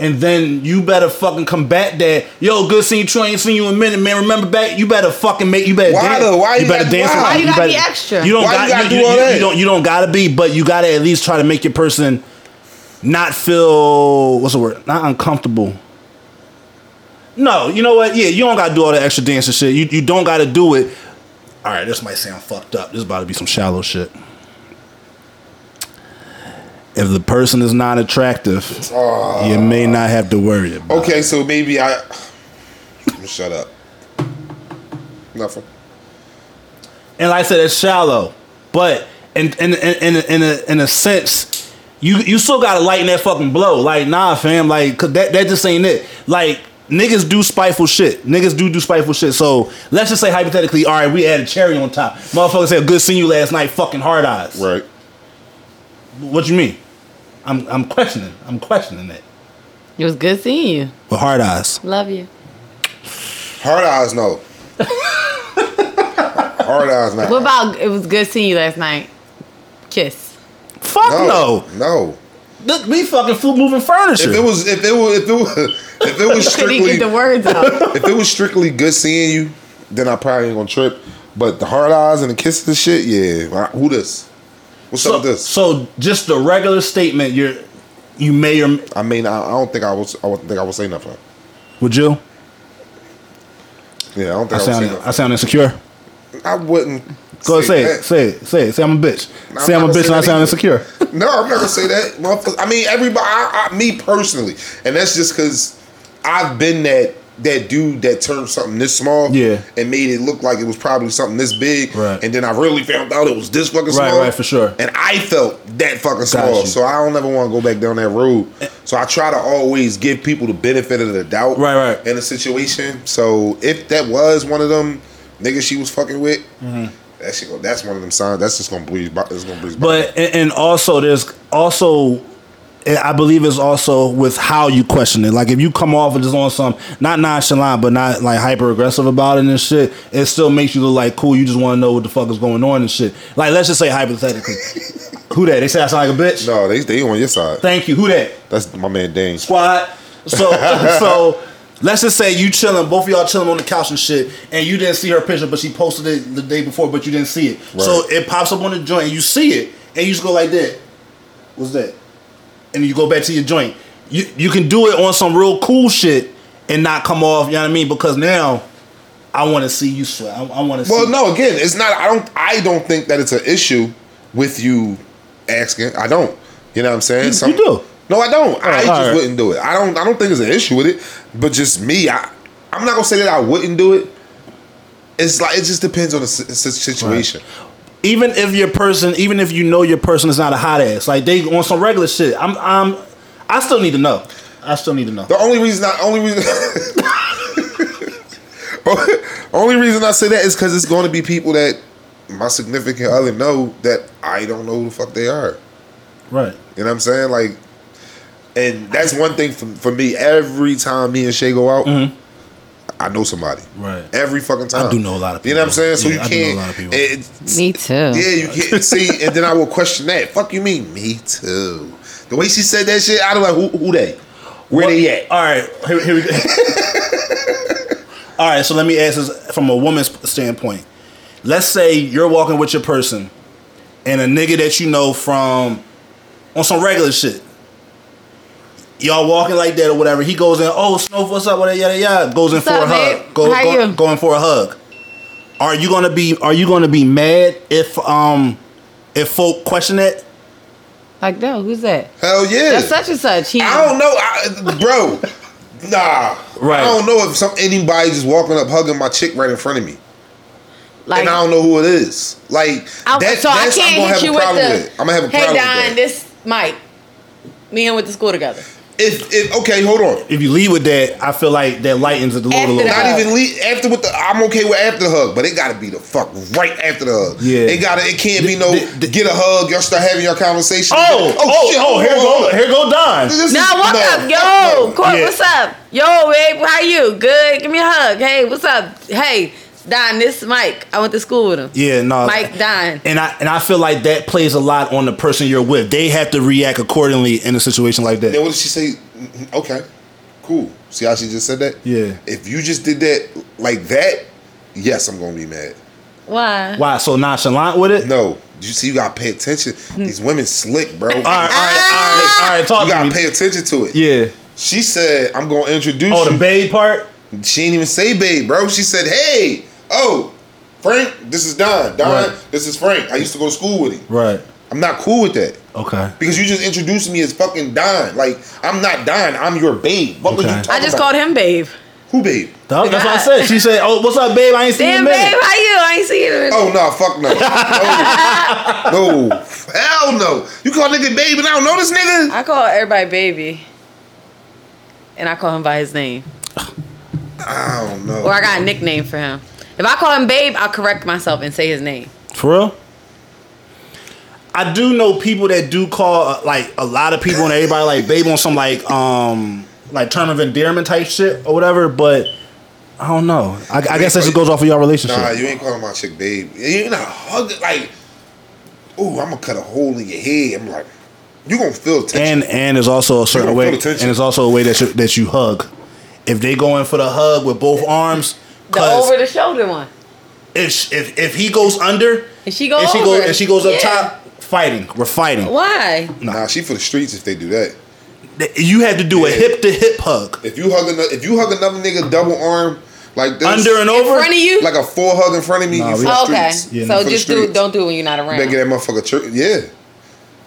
A: And then you better fucking combat that. Yo, good seeing you, Troy. Ain't seen you in a minute, man. Remember back? You better fucking make. You better
C: Why
A: dance.
C: though? Why you
A: better
C: gotta- why? Why you
A: around.
D: gotta
A: better-
D: be extra?
A: You don't
C: Why you
A: got.
C: gotta
A: you,
C: do all
A: you-
C: that?
A: you don't. You don't gotta be, but you gotta at least try to make your person not feel what's the word? Not uncomfortable. No, you know what? Yeah, you don't gotta do all that extra dance and shit. You you don't gotta do it. All right, this might sound fucked up. This is about to be some shallow shit. If the person is not attractive, you may not have to worry about. it.
C: Okay, so maybe I *sighs* shut up. Nothing.
A: and like I said, it's shallow. But in in in in a, in a, in a sense, you you still gotta lighten that fucking blow. Like nah, fam. Like 'cause that that just ain't it. Like niggas do spiteful shit. Niggas do do spiteful shit. So let's just say hypothetically, all right, we had a cherry on top. Motherfucker said, "Good seeing you last night." Fucking hard eyes.
C: Right.
A: What you mean? I'm I'm questioning. I'm questioning that.
D: It was good seeing you.
A: But hard eyes.
D: Love you.
C: Hard eyes,
A: *laughs*
C: no. Hard eyes, not.
D: What about it was good seeing you last night? Kiss.
A: Fuck no.
C: no. no.
A: Look, we fucking food moving
C: If
A: furniture.
C: it was, if it was, *laughs* if it was, if it was
D: *laughs* Couldn't
C: strictly,
D: get the
A: *laughs*
D: words out.
C: if it was strictly good seeing you, then I probably ain't gonna trip. But the hard eyes and the kisses and shit, yeah. Who this? What's
A: so,
C: up with this?
A: so just the regular statement. You're you may or
C: I mean, I, I don't think I was. I wouldn't think I would say nothing.
A: would you?
C: Yeah, I don't
A: I
C: think I,
A: sound
C: would say
A: I sound insecure.
C: nothing. I wouldn't.
A: Go say,
C: that.
A: it, say it, say it, say I'm a bitch.
C: Nah,
A: say I'm
C: I'm
A: a
C: not
A: bitch and
C: gonna
A: I
C: say
A: sound
C: that
A: insecure.
C: No, I'm not gonna say that. Motherfucker. I mean, everybody. I, I, me personally, and that's just because I've been that that dude that turned something this small,
A: Yeah.
C: and made it look like it was probably something this big,
A: Right.
C: And then I really found out it was this fucking
A: Right,
C: small,
A: right, for sure.
C: And I felt that fucking small,
A: you.
C: so I don't ever want to go back down that road. So I try to always give people the benefit of the doubt,
A: Right, right.
C: in a situation. So if that was one of them niggas she was fucking with.
A: Mm-hmm.
C: That shit, go- that's one of them signs. That's just gonna breeze. by- It's gonna breeze. by.
A: But and, and also there's also it- I believe it's also with how you question it. Like if you come off and just on some not nonchalant, but not like hyper aggressive about it and shit, it still makes you look like cool. You just want to know what the fuck is going on and shit. Like let's just say hypothetically, who that? They say I sound like a bitch.
C: No, they they on your side.
A: Thank you. Who that?
C: That's my man Dane.
A: squad. So *laughs* so let's just say you chilling, both of y'all chilling on the couch and shit, and you didn't see her picture, but she posted it the day before, but you didn't see it. So
C: Right.
A: it pops up on the joint, and you see it, and you just go like that. What's that? And you go back to your joint. You you can do it on some real cool shit and not come off. You know what I mean? Because now. I want to see you sweat. I, want to
C: Well,
A: see.
C: no, again, it's not. I don't. I don't think that it's an issue with you asking. I don't. You know what I'm saying?
A: You- you do.
C: No, I don't. I
A: right,
C: just
A: all right.
C: wouldn't do it. I don't. I don't think it's an issue with it. But just me, I. I'm not gonna say that I wouldn't do it. It's like it just depends on the si- si- situation.
A: even if your person, even if you know your person is not a hot ass, like they on some regular shit. I'm, I'm, I still need to know. I still need to know.
C: The only reason I only reason *laughs* Oh, only reason I say that is because it's going to be people that my significant other know that I don't know who the fuck they are.
A: Right.
C: You know what I'm saying? Like, and that's one thing for, for me. Every time me and Shay go out, I know somebody.
A: Mm-hmm. Right.
C: Every fucking time.
A: do know a lot of
C: You know what I'm saying? So
A: people.
C: you
A: Yeah, I do know
C: can't.
A: a lot of people.
C: it-
D: Me too.
C: yeah, you
A: *laughs*
C: can't see, and then I will question that. Fuck you mean? Me too. The way she said that shit, I don't like who, who they, where
A: What-
C: they at.
A: All right, here, here we go. All right, so let me ask this from a woman's standpoint. Let's say you're walking with your person, and a nigga that you know from on some regular shit. Y'all walking like that or whatever. He goes in. Oh, Snow, what's up? Whatever, yada yada. Goes in
E: What's
A: for
E: up,
A: a
E: babe?
A: hug. Go,
E: How
A: go,
E: you?
A: going for a hug. Are you gonna be? Are you gonna be mad if um if folk question it?
E: Like, no, who's that?
C: Hell yeah.
E: That's such and such. He,
C: I don't know, I, bro.
A: *laughs*
C: Nah,
A: Right.
C: I don't know if some anybody just walking up hugging my chick right in front of me.
E: like,
C: and I don't know who it is. Like
E: I-
C: that,
E: so I
C: that's
E: can't
C: I'm gonna
E: hit
C: have
E: you
C: a
E: with
C: problem
E: the.
C: with. I'm gonna have a
E: hey,
C: problem
E: Don,
C: with that.
E: this Mike. Me and went to school together.
C: If, if okay, hold on.
A: If you lead with that, I feel like that lightens the load a
E: After
A: little.
E: that.
A: bit.
C: Not even le- after with the. I'm okay with after the hug, but it gotta be the fuck right after the hug.
A: Yeah.
C: it gotta. It can't be no
A: The- the-
C: get a hug. Y'all start having your conversation.
A: Oh, oh, oh,
C: shit,
A: here
C: hold
A: go,
C: on.
A: here go Don.
C: This is-
E: Nah, what's
C: no,
E: up?
C: fuck
E: Yo,
C: no.
E: Court,
A: Yeah.
E: what's up? Yo, babe, how you? Good? Give me a hug. Hey, what's up? Hey, Don, this is Mike. I went to school with him.
A: Yeah, no.
E: Mike Don.
A: And I and I feel like that plays a lot on the person you're with. They have to react accordingly in a situation like
C: Then
A: that.
C: what did she say? Mhm, Okay, cool. See how she just said that?
A: Yeah.
C: If you just did that like that, yes, I'm gonna be mad.
E: Why?
A: Why so nonchalant with it?
C: No, you see, you gotta pay attention. These women slick, bro.
A: All right, all right, all right, all right. Talk
C: you
A: to
C: gotta
A: me.
C: pay attention to it.
A: yeah.
C: She said, "I'm gonna introduce
A: Oh,
C: you."
A: the babe part.
C: she didn't even say babe, bro. She said, "Hey, oh, Frank, this is Don. Don,
A: Right.
C: this is Frank. I used to go to school with him.
A: Right.
C: I'm not cool with that."
A: Okay.
C: Because you just introduced me as fucking Don. Like, I'm not Don. I'm your babe. What were
A: Okay.
C: you talking
E: I just
C: about?
E: called him babe.
C: Who babe?
A: That- that's what I said. She said, "Oh, what's up, babe? I ain't seen you in
E: Damn,
A: a
E: babe,
A: minute."
E: how you? I ain't seen you. in-
C: Oh no, fuck
E: *laughs*
C: no. No. no. Hell no. You call nigga babe and I don't know this nigga?
E: I call everybody baby. And I call him by his name.
C: I don't know.
E: Or I got a nickname for him. If I call him babe, I'll correct myself and say his name.
A: For real. I do know people that do call uh, like a lot of people and everybody like babe on some like um like term of endearment type shit or whatever, but I don't know. I, I guess that just goes off of your relationship.
C: Nah, you ain't calling my chick babe. You're not hugging like ooh, I'm gonna cut a hole in your head. I'm like, you gonna feel tension.
A: and and there's also a certain
C: gonna
A: way,
C: feel
A: and
C: the tension.
A: it's also a way that you, that you hug. If they go in for the hug with both arms,
E: The
A: cause
E: over the shoulder one.
A: if, sh- if if he goes under,
E: And she goes
A: and she
E: over.
A: goes and she goes up
E: Yeah.
A: top, fighting. We're fighting.
E: Why?
C: nah, she for the streets if they do that.
A: Th- You have to do a
C: Yeah.
A: hip to hip hug,
C: If you hug another if you hug another nigga double arm like this
A: under and
E: In
A: over.
E: front of you?
C: like a full hug in front of me,
A: Nah,
C: you
A: we-
C: for the
E: Oh, okay.
C: streets.
A: Yeah,
E: so
C: for the
E: just do
C: streets.
E: don't do it when you're not around.
C: Better get that motherfucker church. Yeah.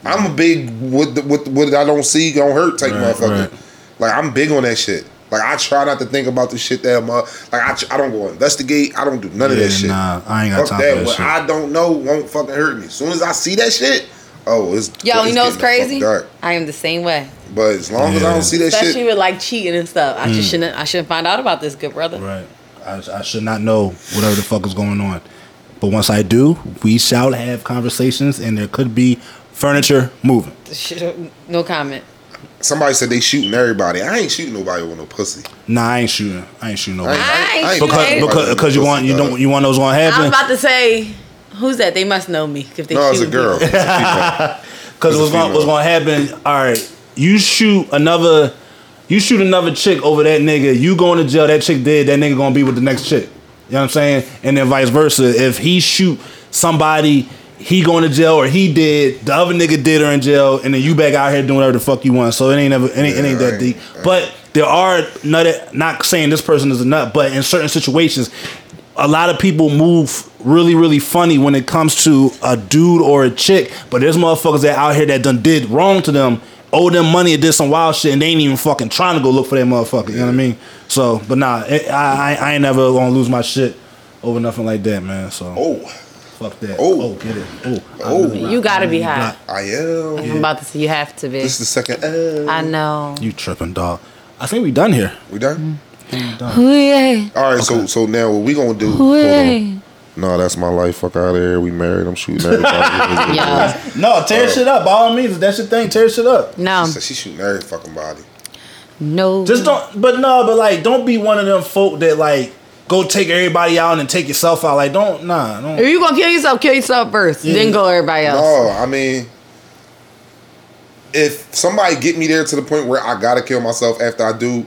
C: I'm a big what the, what what I don't see don't hurt type
A: Right,
C: motherfucker.
A: right.
C: Like I'm big on that shit. Like I try not to think about the shit that I'm uh, like I, tr- I don't go investigate. I don't do none of
A: Yeah,
C: that shit.
A: nah, I ain't got
C: Fuck
A: time
C: that.
A: for that
C: what
A: shit.
C: I don't know won't fucking hurt me. As soon as I see that shit, oh, it's
E: Yo, you know what's
C: getting the fuck
E: crazy?
C: Dark.
E: I am the same way.
C: But as long as
A: Yeah.
C: I don't see that
E: Especially
C: shit,
E: with like cheating and stuff. I
D: Mm.
E: just shouldn't I shouldn't find out about this, good brother.
A: Right. I, I should not know whatever the fuck is going on. But once I do, we shall have conversations, and there could be furniture moving.
E: Shit, No comment.
C: somebody said they shooting everybody. I ain't shooting nobody with no pussy.
A: Nah, I ain't shooting. I ain't shooting
C: I
A: nobody.
C: ain't, I ain't, I ain't shooting
A: Because,
C: nobody
A: because,
C: with no
A: because you
C: pussy,
A: want you
C: dog.
A: don't you want those gonna
E: I was
A: happen
E: about to say, who's that? They must know me if they
C: No, it's
E: shoot
C: a
D: *laughs*
C: girl. It's a female.
A: because what's
C: it's a
A: gonna what's
C: female.
A: gonna happen? All right, you shoot another you shoot another chick over that nigga. You going to jail? That chick did. That nigga gonna be with the next chick. You know what I'm saying? And then vice versa. If he shoot somebody, he going to jail or he did. The other nigga did her in jail, and then you back out here doing whatever the fuck you want. So it ain't never it ain't, it ain't that
C: right,
A: deep.
C: right.
A: But there are not not saying this person is a nut, but in certain situations, a lot of people move really really funny when it comes to a dude or a chick. But there's motherfuckers that out here that done did wrong to them, owe them money, or did some wild shit, and they ain't even fucking trying to go look for that motherfucker. You know what I mean? So, but nah, it, I, I I ain't never gonna lose my shit over nothing like that, man. So
C: Oh,
A: fuck that.
C: Oh.
A: Oh, get it. Oh,
C: Oh.
A: oh,
D: You gotta be high.
C: I am.
D: I'm about to say you have to be.
C: This is the second. Uh,
D: I know.
A: you tripping dog? I think we done here.
C: we done.
D: Yeah.
C: All right. So so now what we gonna do? Hold on. No, that's my life. Fuck out of here. We married. I'm shooting everybody.
D: Yeah.
A: No, tear shit up. By all means, if that's your thing. Tear shit up.
D: *laughs* No.
C: So she shooting every fucking body.
D: No.
A: Just don't, but no, but like, don't be one of them folk that like go take everybody out and take yourself out. Like, don't, nah, don't.
D: If you gonna kill yourself, kill yourself first. Then go everybody else.
C: No, I mean, if somebody get me there to the point where I gotta kill myself after I do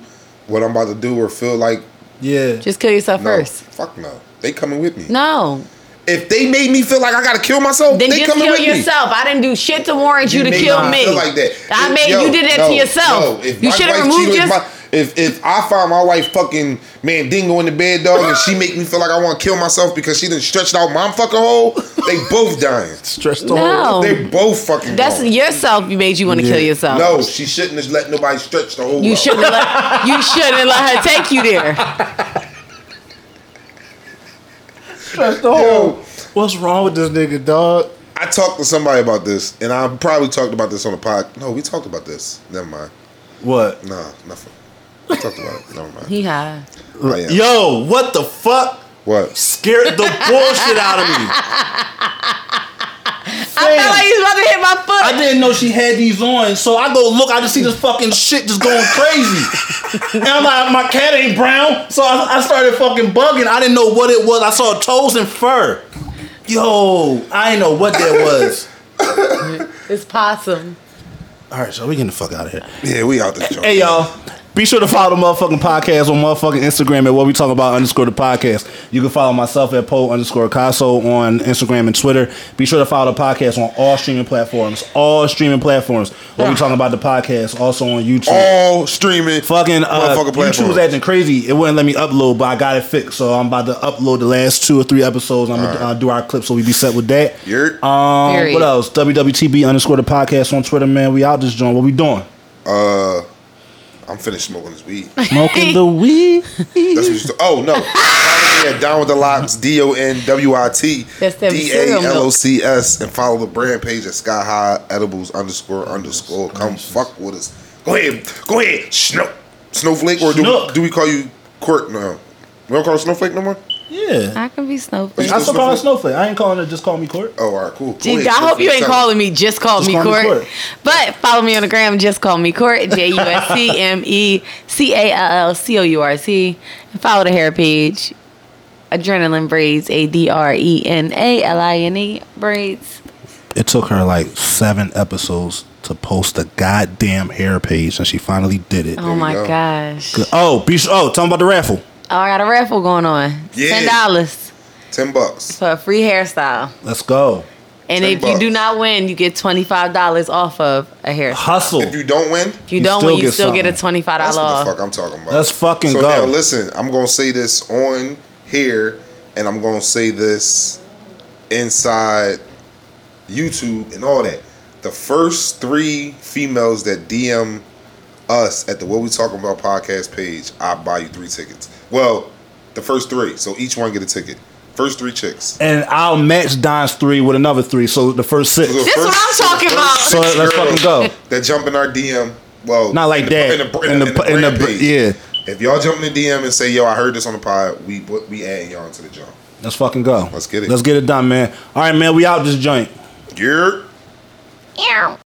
C: what I'm about to do or feel like
A: Yeah.
D: Just kill yourself
C: no,
D: first.
C: fuck no, they coming with me.
D: No.
C: If they made me feel like I gotta kill myself,
D: Then
C: they
D: just
C: coming
D: kill
C: with me.
D: yourself. I didn't do shit to warrant you, to
C: made
D: kill me.
C: Feel like that.
D: I
C: If-
D: made
C: yo,
D: you did that
C: no,
D: to yourself.
C: no, if
D: you
C: my
D: should have
C: wife
D: removed
C: cheated with
D: yourself.
C: my- if if I find my wife fucking mandingo in the bed, dog, and she make me feel like I want to kill myself because she done stretched out my fucking hole, they both
D: *laughs*
C: dying.
A: Stressed
D: No.
C: They both fucking.
D: Oh. That's
C: going.
D: yourself. You made you want to kill
A: Yeah.
D: yourself.
C: No, she shouldn't have let nobody stretch the whole.
D: You
C: out.
D: shouldn't let you shouldn't let her take you there.
A: Stressed the
C: Yo,
A: What's wrong with this nigga, dog?
C: I talked to somebody about this, and I probably talked about this on the pod. No, we talked about this. Never mind.
A: What?
C: Nah, nothing. We talked about it. Never mind.
D: He high.
C: Oh, yeah.
A: Yo, what the fuck?
C: What?
A: Scared
D: *laughs*
A: the bullshit out of me.
D: I felt like he was about to hit my foot.
A: I didn't know she had these on, so I go look. I just see this fucking shit just going crazy, and I'm like, my cat ain't brown, so I, I started fucking bugging. I didn't know what it was. I saw toes and fur. Yo, I didn't know what that was.
D: It's possum.
A: *laughs* All right, so we getting the fuck out of here.
C: Yeah, we out there.
A: Hey y'all. Be sure to follow the motherfucking podcast on motherfucking Instagram at what we talking about underscore the podcast. You can follow myself at Poe underscore Caso on Instagram and Twitter. Be sure to follow the podcast on all streaming platforms. All streaming platforms. What we talking about the podcast also on YouTube.
C: All streaming.
A: Fucking uh,
C: Motherfucking
A: YouTube was
C: platforms.
A: acting crazy. It wouldn't let me upload, but I got it fixed. So I'm about to upload the last two or three episodes. I'm gonna uh, do our clip, so we be set with that.
C: You're,
A: Um,
D: Period.
A: what else? WWTB underscore the podcast on Twitter, man. We out this joint. What we doing?
C: uh, I'm finished smoking this weed. That's
A: Smoking the weed.
C: what you. St-
D: *laughs*
C: oh no. Follow me at Down with the Locks. D O N W I T.
D: That's them
C: D A
D: cereal milk.
C: L O C S. And follow the brand page at Sky High Edibles underscore underscore. Come fuck with us. Go ahead. Go ahead. Snow. Snowflake or do we,
A: Snook.
C: do we call you Quirk now? We don't call her Snowflake no more.
A: Yeah.
D: I can be snowflake.
A: I still call her Snowflake. I ain't calling her just call me Court.
C: Oh, all right, cool. Go
D: Dude,
C: ahead,
D: I hope you
C: Snowflake.
D: ain't
C: Tell 'em.
D: calling me just call
A: Just
D: me
A: call me
D: court.
A: Court.
D: But follow me on the gram, just call me
A: *laughs*
D: court. J U S C M E C A L L C O U R T. And follow the hair page. Adrenaline braids, A D R E N A L I N E braids.
A: It took her like seven episodes to post a goddamn hair page, and she finally did it.
D: Oh my
C: go.
D: gosh.
A: Oh, be sure, oh, tell me about the raffle.
D: Oh, I got a raffle going on.
C: Yeah.
D: Ten dollars
C: Ten bucks.
D: for a free hairstyle.
A: Let's go.
D: And
C: $10.
D: if you do not win, you get twenty five dollars off of a hairstyle.
A: Hustle.
C: If you don't win,
D: If you,
A: You
D: don't
A: still
D: win, you
A: get
D: still get a
A: something.
D: twenty five
C: that's what
D: dollar
C: the
D: off.
C: fuck I'm talking about.
A: Let's fucking
C: so
A: go.
C: now listen, I'm gonna say this on here, and I'm gonna say this inside YouTube and all that. The first three females that DM us at the What We Talking About podcast page, I buy you three tickets. Well, the first three, so each one get a ticket. First three chicks.
A: and I'll match Don's three with another three, so the first six.
C: So the
D: This
C: first-
D: what I'm
C: so the
D: talking
C: first
D: about.
C: six
A: So let's
C: girls
A: fucking go.
C: That jump in our DM. Well,
A: Not like
C: in
A: that.
C: The, in the, in the, in the,
A: in the-
C: brand page.
A: yeah.
C: If y'all jump in the DM and say, "Yo, I heard this on the pod," we we adding y'all into the jump.
A: Let's fucking go.
C: Let's get it.
A: Let's get it done, man. All right, man. We out this joint.
C: You're.
D: Ew.